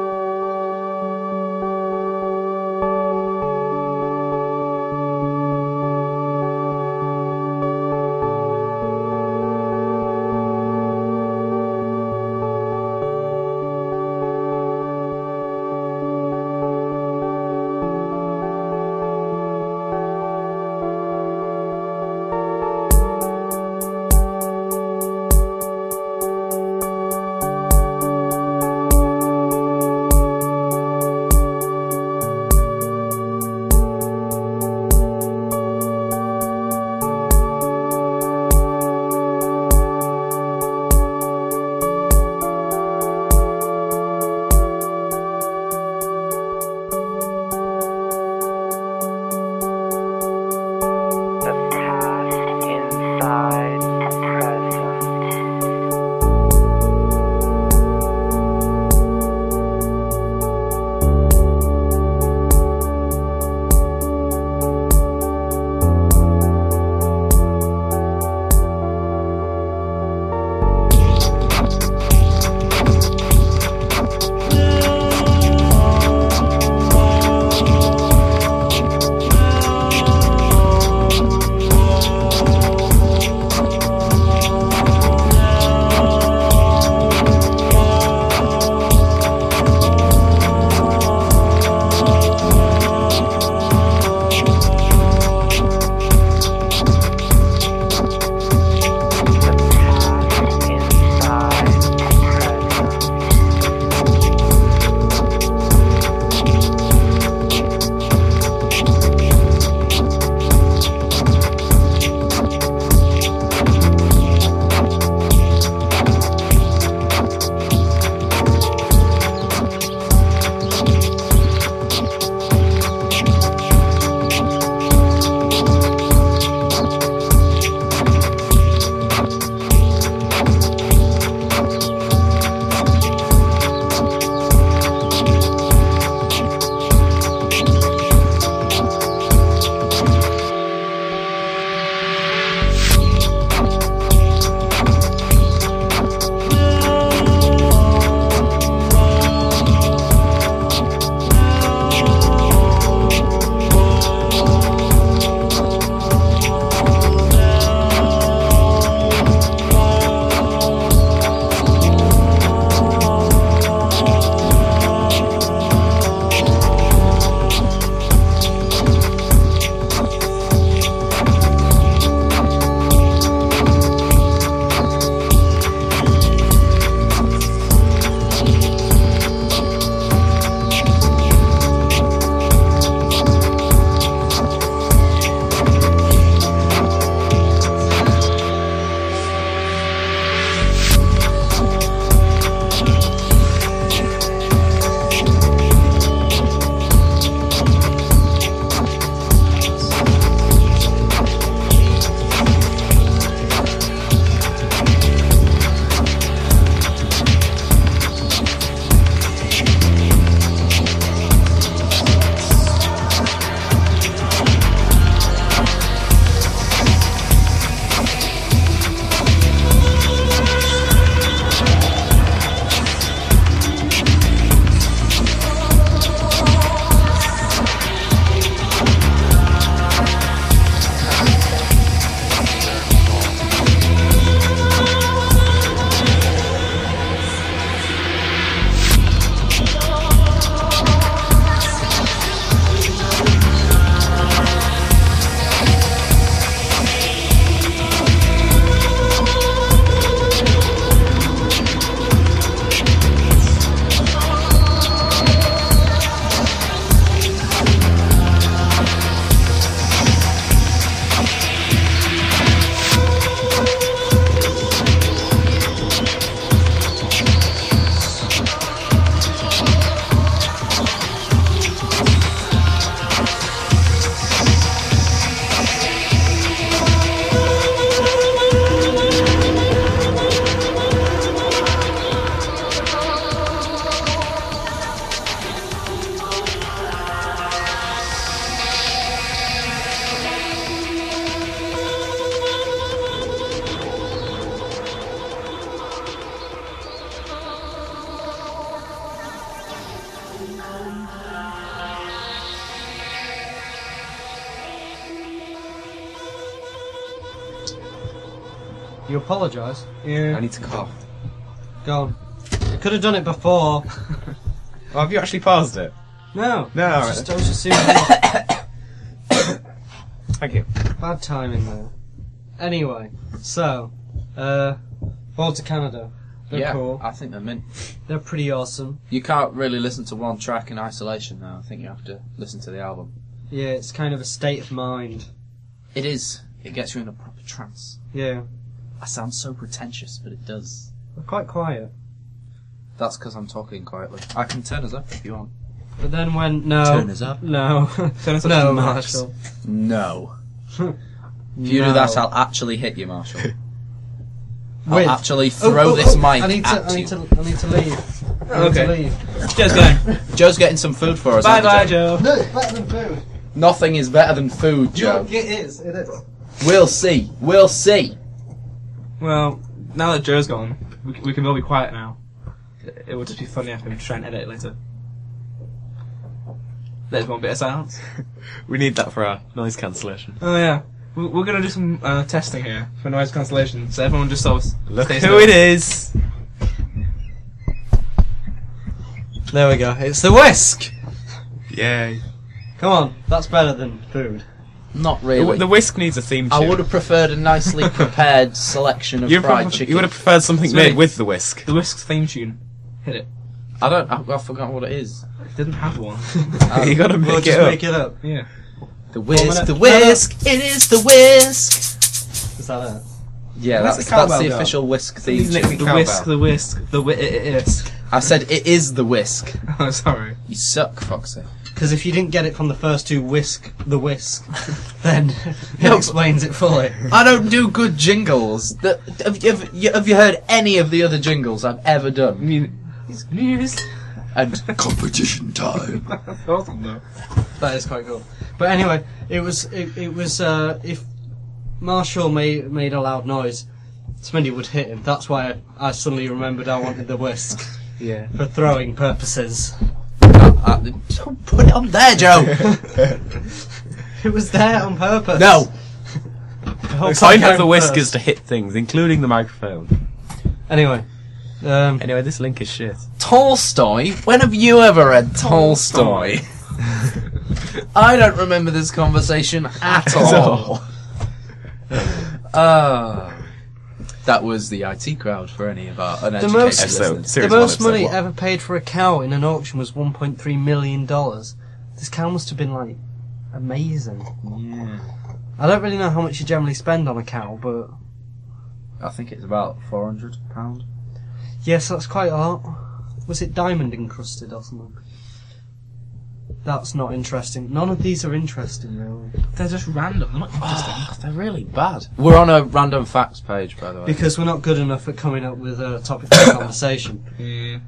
B: You apologise.
D: I
C: Yeah.
D: need to cough.
B: Go on. I could have done it before.
D: Oh, have you actually paused it?
B: No.
D: No, all
B: I
D: right.
B: was just, I was just assuming.
D: Thank you.
B: Bad timing there. Anyway, so, uh, Ball to Canada. They're
A: yeah,
B: cool.
A: I think they're mint.
B: They're pretty awesome.
A: You can't really listen to one track in isolation now. I think you have to listen to the album.
B: Yeah, it's kind of a state of mind.
A: It is. It gets you in a proper trance.
B: Yeah.
A: I sound so pretentious, but it does.
B: They're quite quiet.
A: That's because I'm talking quietly. I can turn us up if you want.
B: But then when, no.
A: Turn us up?
B: No.
D: Turn us up
B: no,
D: to max.
B: Marshall.
A: No. If you do that, I'll actually hit you, Marshall. I'll
B: With-
A: actually
B: Oh,
A: throw
B: oh,
A: this
B: oh,
A: mic
B: I need to,
A: at
B: I
A: you.
B: need to, I need to leave. I need to
C: Okay.
B: leave.
C: Joe's going.
A: Joe's getting some food for us.
C: Bye
A: hasn't
C: bye,
A: he,
C: Joe.
B: No, it's better than food.
A: Nothing is better than food, Joe.
B: It is, it is.
A: We'll see. We'll see.
C: Well, now that Joe's gone, we, c- we can all be quiet now. It- It would just be funny if we try and edit it later. There's one bit of silence.
D: We need that for our noise cancellation.
C: Oh yeah, We- we're gonna do some uh, testing here for noise cancellation. So everyone just sort of
D: Look
C: stays
D: who it is!
B: There we go. It's the whisk.
D: Yay.
B: Come on, that's better than food.
A: Not
D: The,
A: really.
D: the whisk needs a theme tune.
A: I would have preferred a nicely prepared selection of
D: You
A: fried
D: would
A: chicken.
D: have preferred something
C: It's
D: made
C: really-
D: with the whisk.
C: The Whisk's theme tune. Hit it.
A: I don't. I, I forgot what it is.
C: It doesn't have one.
D: you gotta make
B: Um, we'll
D: it
B: just
D: up.
B: make it up.
C: yeah.
A: The
B: minute.
A: whisk. The whisk. It is the whisk.
B: Is that it?
A: Yeah,
D: Where's
A: that's the, that's
D: the cowbell
A: the
D: go?
A: official whisk theme.
D: He's
A: tune.
D: nicked
C: The
D: Cowbell.
C: whisk, the whisk, the whisk. It is.
A: I said it is the whisk.
C: Oh, sorry.
A: You suck, Foxy.
B: Because if you didn't get it from the first two whisk, the whisk, then it
A: No,
B: explains it fully.
A: I don't do good jingles. The, have, you- have, you, have you heard any of the other jingles I've ever
C: I
A: done?
C: mean, it's news.
A: And competition time.
C: That's awesome though.
B: That is quite cool. But anyway, it was it, it was uh, if Marshall made made a loud noise, somebody would hit him. That's why I, I suddenly remembered I wanted the whisk
C: Yeah.
B: for throwing purposes.
A: Uh, don't put it on there, Joe.
B: It was there on purpose.
A: no.
B: The whole
D: The point
B: podcast
D: of the whisk is
B: first.
D: to hit things, including the microphone.
B: Anyway, um,
D: Anyway, this link is shit.
A: Tolstoy? When have you ever read Tolstoy? I don't remember this conversation at all. Uh, that was the IT crowd for any of our uneducated
B: most-
D: Episode,
A: listeners.
D: series
B: the
D: one,
B: most
D: episode
B: money
D: one.
B: ever paid for a cow in an auction was 1.3 million dollars. This cow must have been like amazing.
A: Yeah.
B: I don't really know how much you generally spend on a cow, but
A: I think it's about four hundred pound.
B: yes, that's quite a lot. Was it diamond encrusted or something? That's not interesting. None of these are interesting, really.
C: They're just random. They're not interesting.
A: Ah, They're really bad. We're on a random facts page, by the way.
B: Because we're not good enough at coming up with a topic for conversation.
C: Yeah.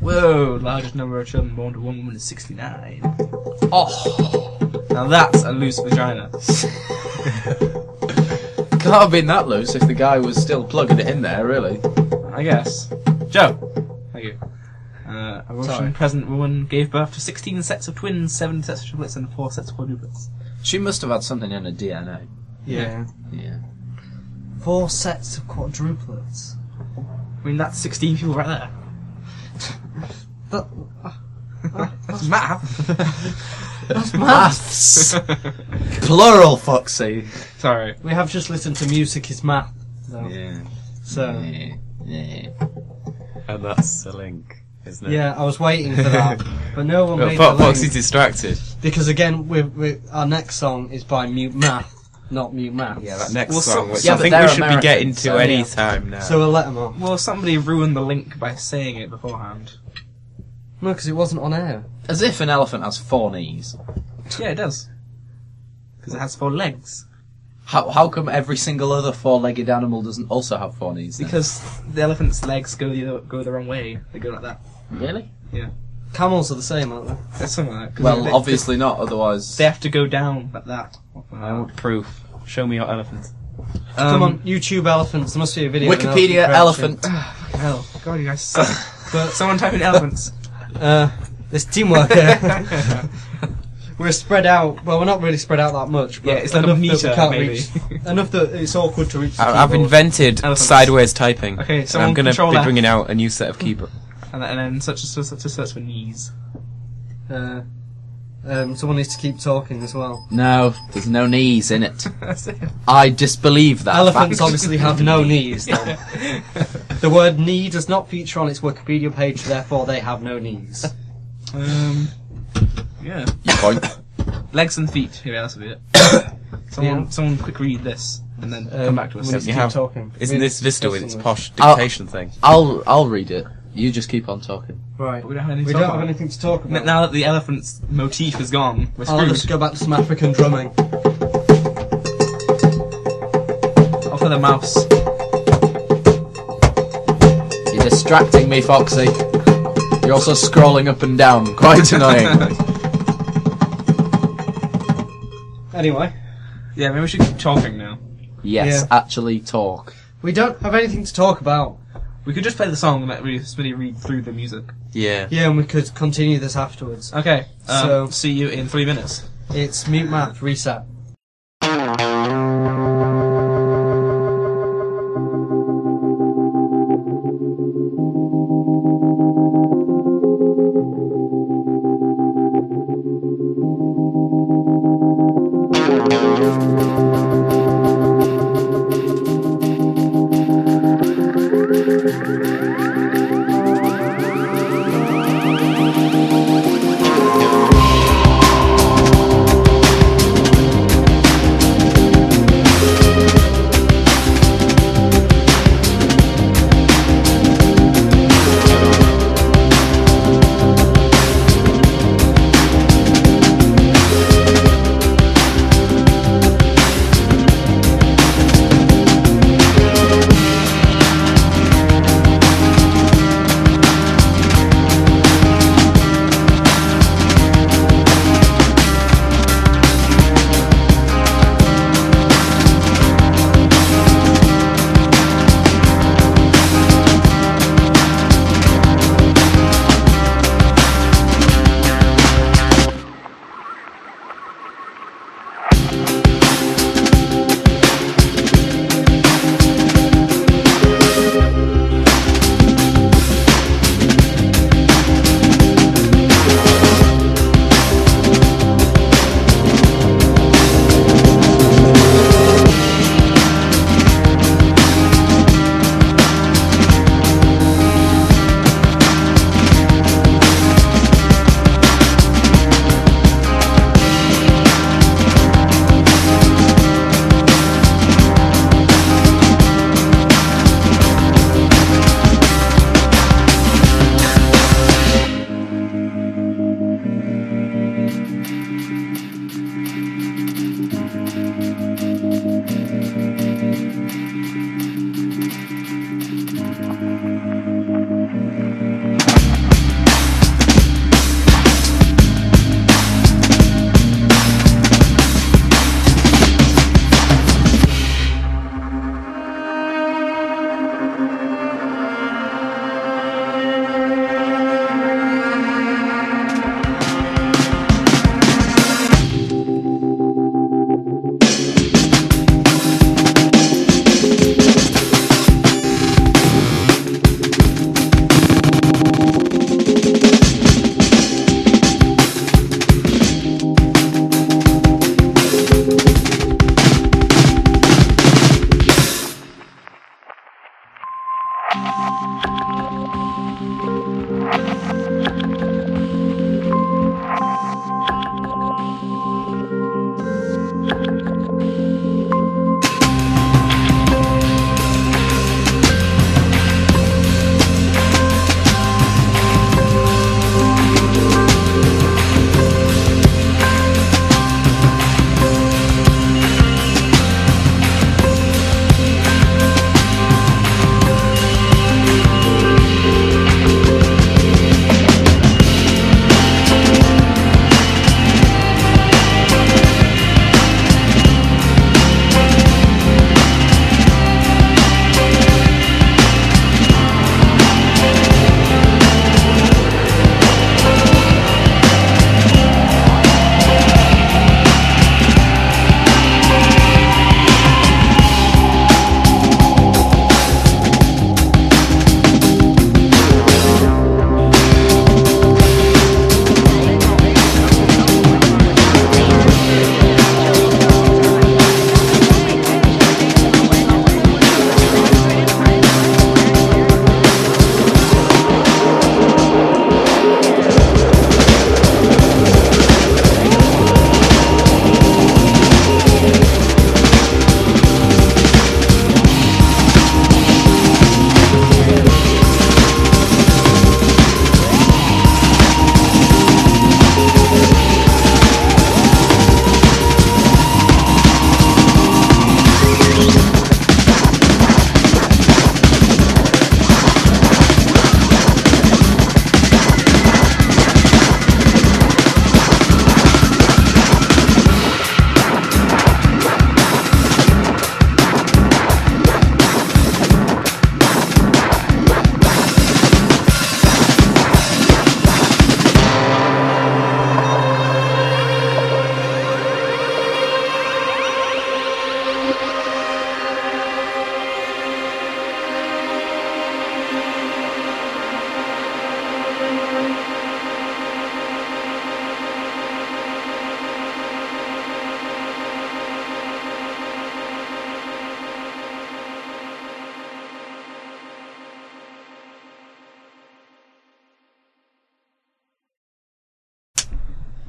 C: Whoa, largest number of children born to one woman is 69.
A: oh,
C: Now that's a loose vagina.
A: can't have been that loose if the guy was still plugging it in there, really.
C: I guess. Joe! Thank you. Uh, a Russian
A: Sorry.
C: peasant woman gave birth to 16 sets of twins, 7 sets of triplets, and 4 sets of quadruplets.
A: She must have had something in her DNA.
C: Yeah.
A: Yeah.
B: Four sets of quadruplets.
C: I mean, that's 16 people right there.
B: That,
C: That's math!
A: Maths. Plural, Foxy.
C: Sorry.
B: we have just listened to music is math, though.
A: Yeah.
B: So.
A: Yeah. yeah.
D: And that's the link, isn't it?
B: Yeah, I was waiting for that, but no one
D: Oh,
B: made
D: Fo-
B: the
D: Foxy's
B: link.
D: distracted.
B: because again, we're, we our next song is by Mute Math, not Mute Math.
D: Yeah, that next
C: Well,
D: song,
C: so-
D: which
A: yeah,
D: I
A: but
D: think
A: they're
D: we should
A: American,
D: be getting to
A: so-
D: any
A: Yeah.
D: time now.
B: So we'll let them off.
C: Well, somebody ruined the link by saying it beforehand.
B: No, because it wasn't on air.
A: As if an elephant has four knees.
C: Yeah, it does. Because it has four legs.
A: How, how come every single other four-legged animal doesn't also have four knees? then?
C: Because the elephant's legs go the, other- go the wrong way. They go like that.
A: really?
B: Camels are the same, aren't they?
C: That's something like that. 'cause
A: Well,
C: they-
A: obviously not. Otherwise,
C: They have to go down like that. Um,
D: I want proof. Show me your elephant.
B: Come on, YouTube elephants. There must be a video. of an
A: Wikipedia
B: elephant
A: elephant.
C: Hell, God, you guys suck. but someone type in elephants.
B: crouching. Uh, there's teamwork here. we're spread out. Well, we're not really spread out that much. But
C: Yeah, it's like a
B: enough that
C: meter,
B: we can't
C: maybe.
B: reach. Enough that it's awkward to reach. The
D: I- I've
B: keyboard.
D: invented
C: Elephants.
D: sideways typing.
C: Okay,
D: and
C: someone
D: I'm going to
C: control
D: be
C: F.
D: bringing out a new set of keyboard.
C: And, then- and then such as such as search for knees.
B: Uh, um, someone needs to keep talking as well.
A: No, there's no knees in it.
C: That's it.
A: I disbelieve that.
B: Elephants
A: fact.
B: obviously have no knees. Then. the word knee does not feature on its Wikipedia page, therefore they have no knees.
C: Um, yeah.
A: Your point.
C: Legs and feet. Here, that's a bit. someone, someone, quick read this and then
B: Uh,
C: come back to us.
B: someone needs Um, to
D: You
B: keep
D: have-
B: talking.
D: Isn't
B: We-
D: this Vista with its
B: somewhere.
D: posh
A: I'll-
D: dictation thing?
A: I'll I'll read it. You just keep on talking.
B: Right.
C: We don't have anything.
B: We
C: to
B: don't
C: talk
B: have
C: about.
B: anything to talk
C: N-
B: about.
C: Now that the elephant's motif is gone, we're
B: I'll
C: screwed.
B: just go back to some African drumming.
C: Off with the mouse.
A: You're distracting me, Foxy. You're also scrolling up and down. Quite annoying.
B: Anyway,
C: Yeah, maybe we should keep talking now.
A: yes,
B: Yeah.
A: actually talk.
B: we don't have anything to talk about.
C: We could just play the song and let re- somebody read through the music.
D: Yeah.
B: Yeah, and we could continue this afterwards.
C: Okay. Um,
B: So-
C: see you in three minutes.
B: It's mute math reset.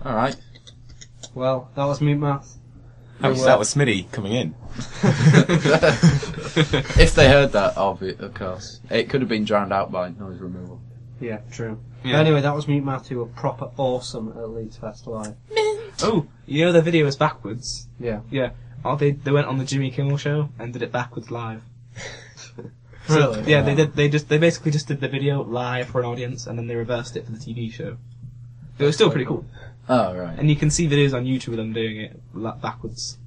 A: All right.
B: Well, that was Meat Math.
D: That was, that was Smitty coming in.
A: If they heard that, obvi- of course, it could have been drowned out by noise removal.
B: Yeah, true.
D: Yeah.
B: Anyway, that was Meat Math who were proper awesome at Leeds Fest Live.
C: Oh, you know the video is backwards.
B: Yeah.
C: Yeah. Oh, they they went on the Jimmy Kimmel show and did it backwards live. So,
A: Really?
C: Yeah, they did. They just they basically just did the video live for an audience and then they reversed it for the TV show. It was still pretty cool,
A: Oh right.
C: and you can see videos on YouTube of them doing it la- backwards,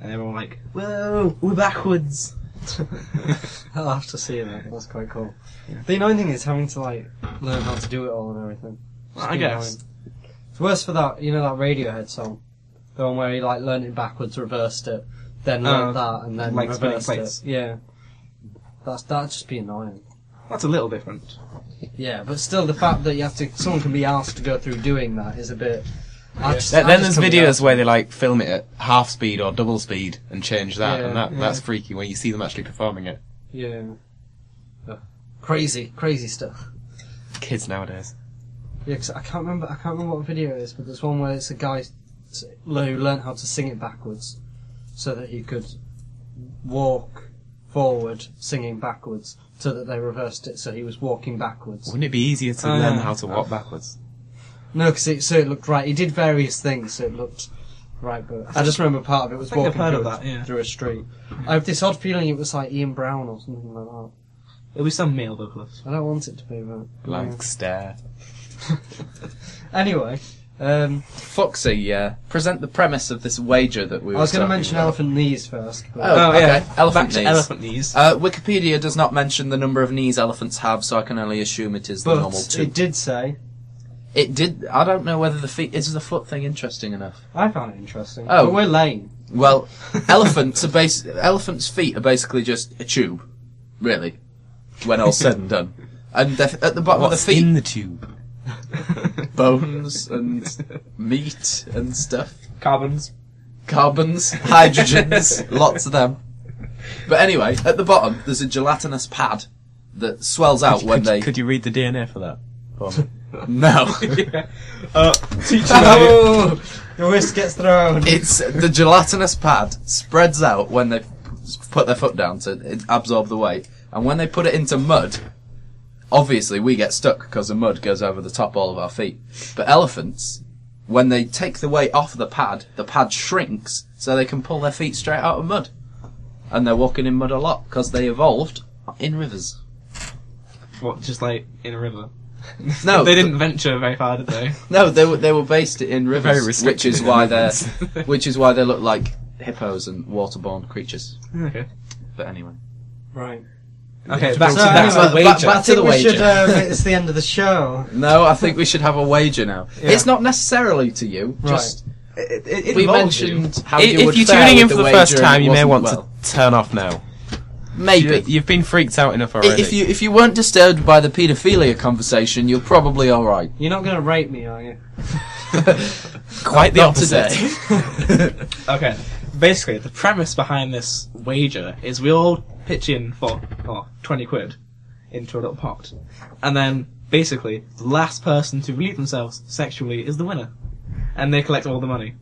C: and everyone like, "Whoa, we're backwards!"
B: I'll have to see that. That's quite cool. The annoying thing is having to like learn how to do it all and everything. It's
C: I guess.
B: annoying. It's worse for that. You know that Radiohead song, the one where he like learned it backwards, reversed it, then learned
C: Oh,
B: that, and then
C: like spinning
B: reversed
C: plates.
B: it. Yeah. That's that'd just be annoying.
C: That's a little different.
B: Yeah, but still, the fact that you have to, someone can be asked to go through doing that is a bit. I just-
D: Then,
B: I
D: then there's
B: just couldn't
D: videos where they like film it at half speed or double speed and change that,
B: Yeah,
D: and that,
B: yeah.
D: that's freaky when you see them actually performing it.
B: go. Yeah. Ugh. Crazy, crazy stuff.
D: Kids nowadays.
B: Yeah, 'cause I can't remember. I can't remember what video it is, but there's one where it's a guy s- who learned how to sing it backwards, so that he could walk forward singing backwards, so that they reversed it, so he was walking backwards.
D: Wouldn't it be easier to
C: Oh,
D: learn
C: yeah.
D: how to walk backwards?
B: No, because it, so it looked right. He did various things, so it looked right. But I just remember part of it was
C: think I've
B: walking
C: heard
B: through,
C: of
B: a-
C: that, yeah.
B: through a street. I have this odd feeling it was like Ian Brown or something like that.
C: It'll be some male vocalist.
B: I don't want it to be that.
D: Blank stare.
B: Anyway, um,
A: Foxy, yeah. Present the premise of this wager that we.
B: I was
A: going to
B: mention elephant knees first. But
A: Oh, okay. Elephant
C: Back to
A: knees.
C: elephant knees.
A: Uh, Wikipedia does not mention the number of knees elephants have, so I can only assume it is the
B: but
A: normal two.
B: it did say
A: It did. I don't know whether the feet is the foot thing interesting enough.
B: I found it interesting.
A: Oh.
B: but we're lame.
A: Well, elephants are bas- elephants' feet are basically just a tube, really, when all said and done. And they're- at the bottom of the
D: What's
A: feet,
D: in the tube?
A: bones and meat and stuff,
C: Carbons.
A: carbons, hydrogens, lots of them. But anyway, at the bottom there's a gelatinous pad that swells out when
D: could,
A: they
D: could you read the DNA for that?
A: no.
C: yeah. Uh, teach you.
B: Oh, your wrist gets thrown.
A: It's the gelatinous pad spreads out when they put their foot down to it absorb the weight, and when they put it into mud, obviously we get stuck because the mud goes over the top all of our feet. But elephants, when they take the weight off the pad, the pad shrinks so they can pull their feet straight out of mud, and they're walking in mud a lot because they evolved in rivers.
C: What? Just like in a river.
A: No,
C: they didn't venture very far, did they?
A: No, they were they were based in
D: Very
A: rivers,
D: restricted
A: which is
D: in
A: why they're
D: elements.
A: which is why they look like hippos and waterborne creatures.
C: okay.
A: But anyway.
B: Right.
C: Okay. Back to
B: So
C: back to
B: anyway,
C: the
A: back-
C: wager.
A: back-
B: I
A: to the
B: think we should.
A: wager.
B: Um, it's the end of the show.
A: No, I think we should have a wager now. It's not necessarily to you.
B: Right.
A: Just
C: It, it, it
A: we
C: involves you.
A: mentioned how you
D: if
A: would
D: you're
A: fare
D: tuning in
A: with
D: for
A: the,
D: the first
A: wager and
D: time,
A: it
D: you may
A: wasn't
D: want
A: well.
D: to turn off now.
A: maybe.
D: You, have been freaked out enough
A: I-
D: already.
A: If you if you weren't disturbed by the paedophilia conversation, you're probably all right.
B: You're not going to rate me, are you?
D: Quite the
A: Not
D: opposite.
A: today.
C: Okay. Basically, the premise behind this wager is we all pitch in for oh, 20 quid into a little pot. And then, basically, the last person to relieve themselves sexually is the winner. And they collect all the money.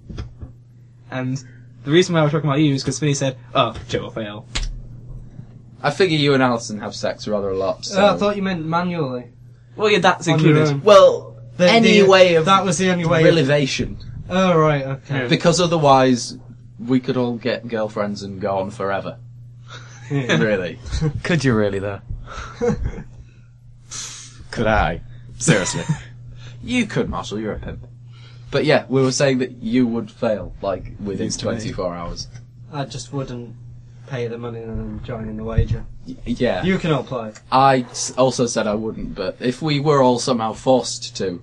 C: And the reason why I was talking about you is because Finney said, oh, Joe will fail.
A: I figure you and Alison have sex rather a lot. So.
B: Oh, I thought you meant manually.
C: Well, yeah, that's
B: On your
C: included.
B: own.
A: well,
B: The-
A: any
B: the-
A: way of
B: that was the only way. of-
A: relivation,
B: oh right, okay.
A: because otherwise we could all get girlfriends and go on forever. really.
D: Could you really though? Could I? Seriously.
A: You could, Marshall. You're a pimp. But yeah, we were saying that you would fail like within
D: Used to be.
A: 24 hours.
B: I just wouldn't pay the money and join in the wager.
A: Y- yeah.
B: You can all play.
A: I s- also said I wouldn't, but if we were all somehow forced to,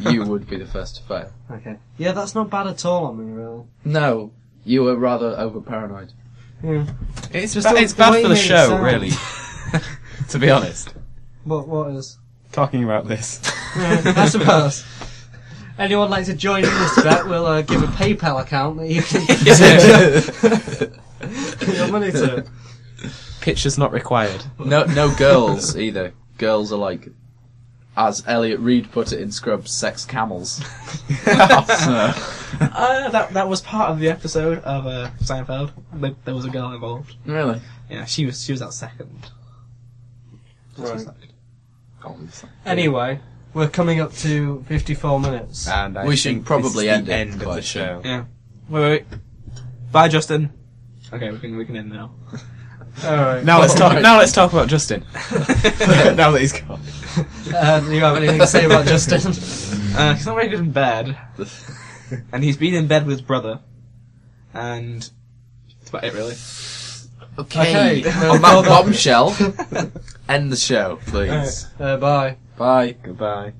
A: you would be the first to fail.
B: Okay. Yeah, that's not bad at all on me, really.
A: No, you were rather over paranoid.
B: Yeah.
D: It's
B: Just
D: just
B: the-
D: it's
B: the way
D: bad for
B: you
D: the
B: made it
D: show,
B: sound.
D: really. to be honest,
B: What? What is?
D: talking about this.
B: I suppose. Anyone like to join in this bet? We'll uh, give a PayPal account that you can put your money to.
D: Pictures not required.
A: no, no girls either. Girls are like as Elliot Reed put it in Scrubs, sex camels. So,
C: Uh, that that was part of the episode of uh, Seinfeld. There- There was a girl involved.
A: really?
C: Yeah, she was she was out second.
B: Right.
C: Anyway,
B: We're coming up to 54 minutes.
D: And I
A: We should
D: think
A: probably
D: this is the
A: end it
D: end of the
A: quite soon.
D: show.
C: wait, wait, wait. Bye, Justin. Okay, we can we can end now.
B: Alright.
D: Now let's talk.
A: Alright.
D: Now let's talk about Justin. now that he's gone.
B: Uh, do you have anything to say about Justin?
C: Uh, he's not very good in bed, and he's been in bed with his brother, and that's about it really.
A: Okay.
B: Okay.
A: On that bombshell, end the show, please.
B: Uh, bye.
A: Bye.
D: Goodbye.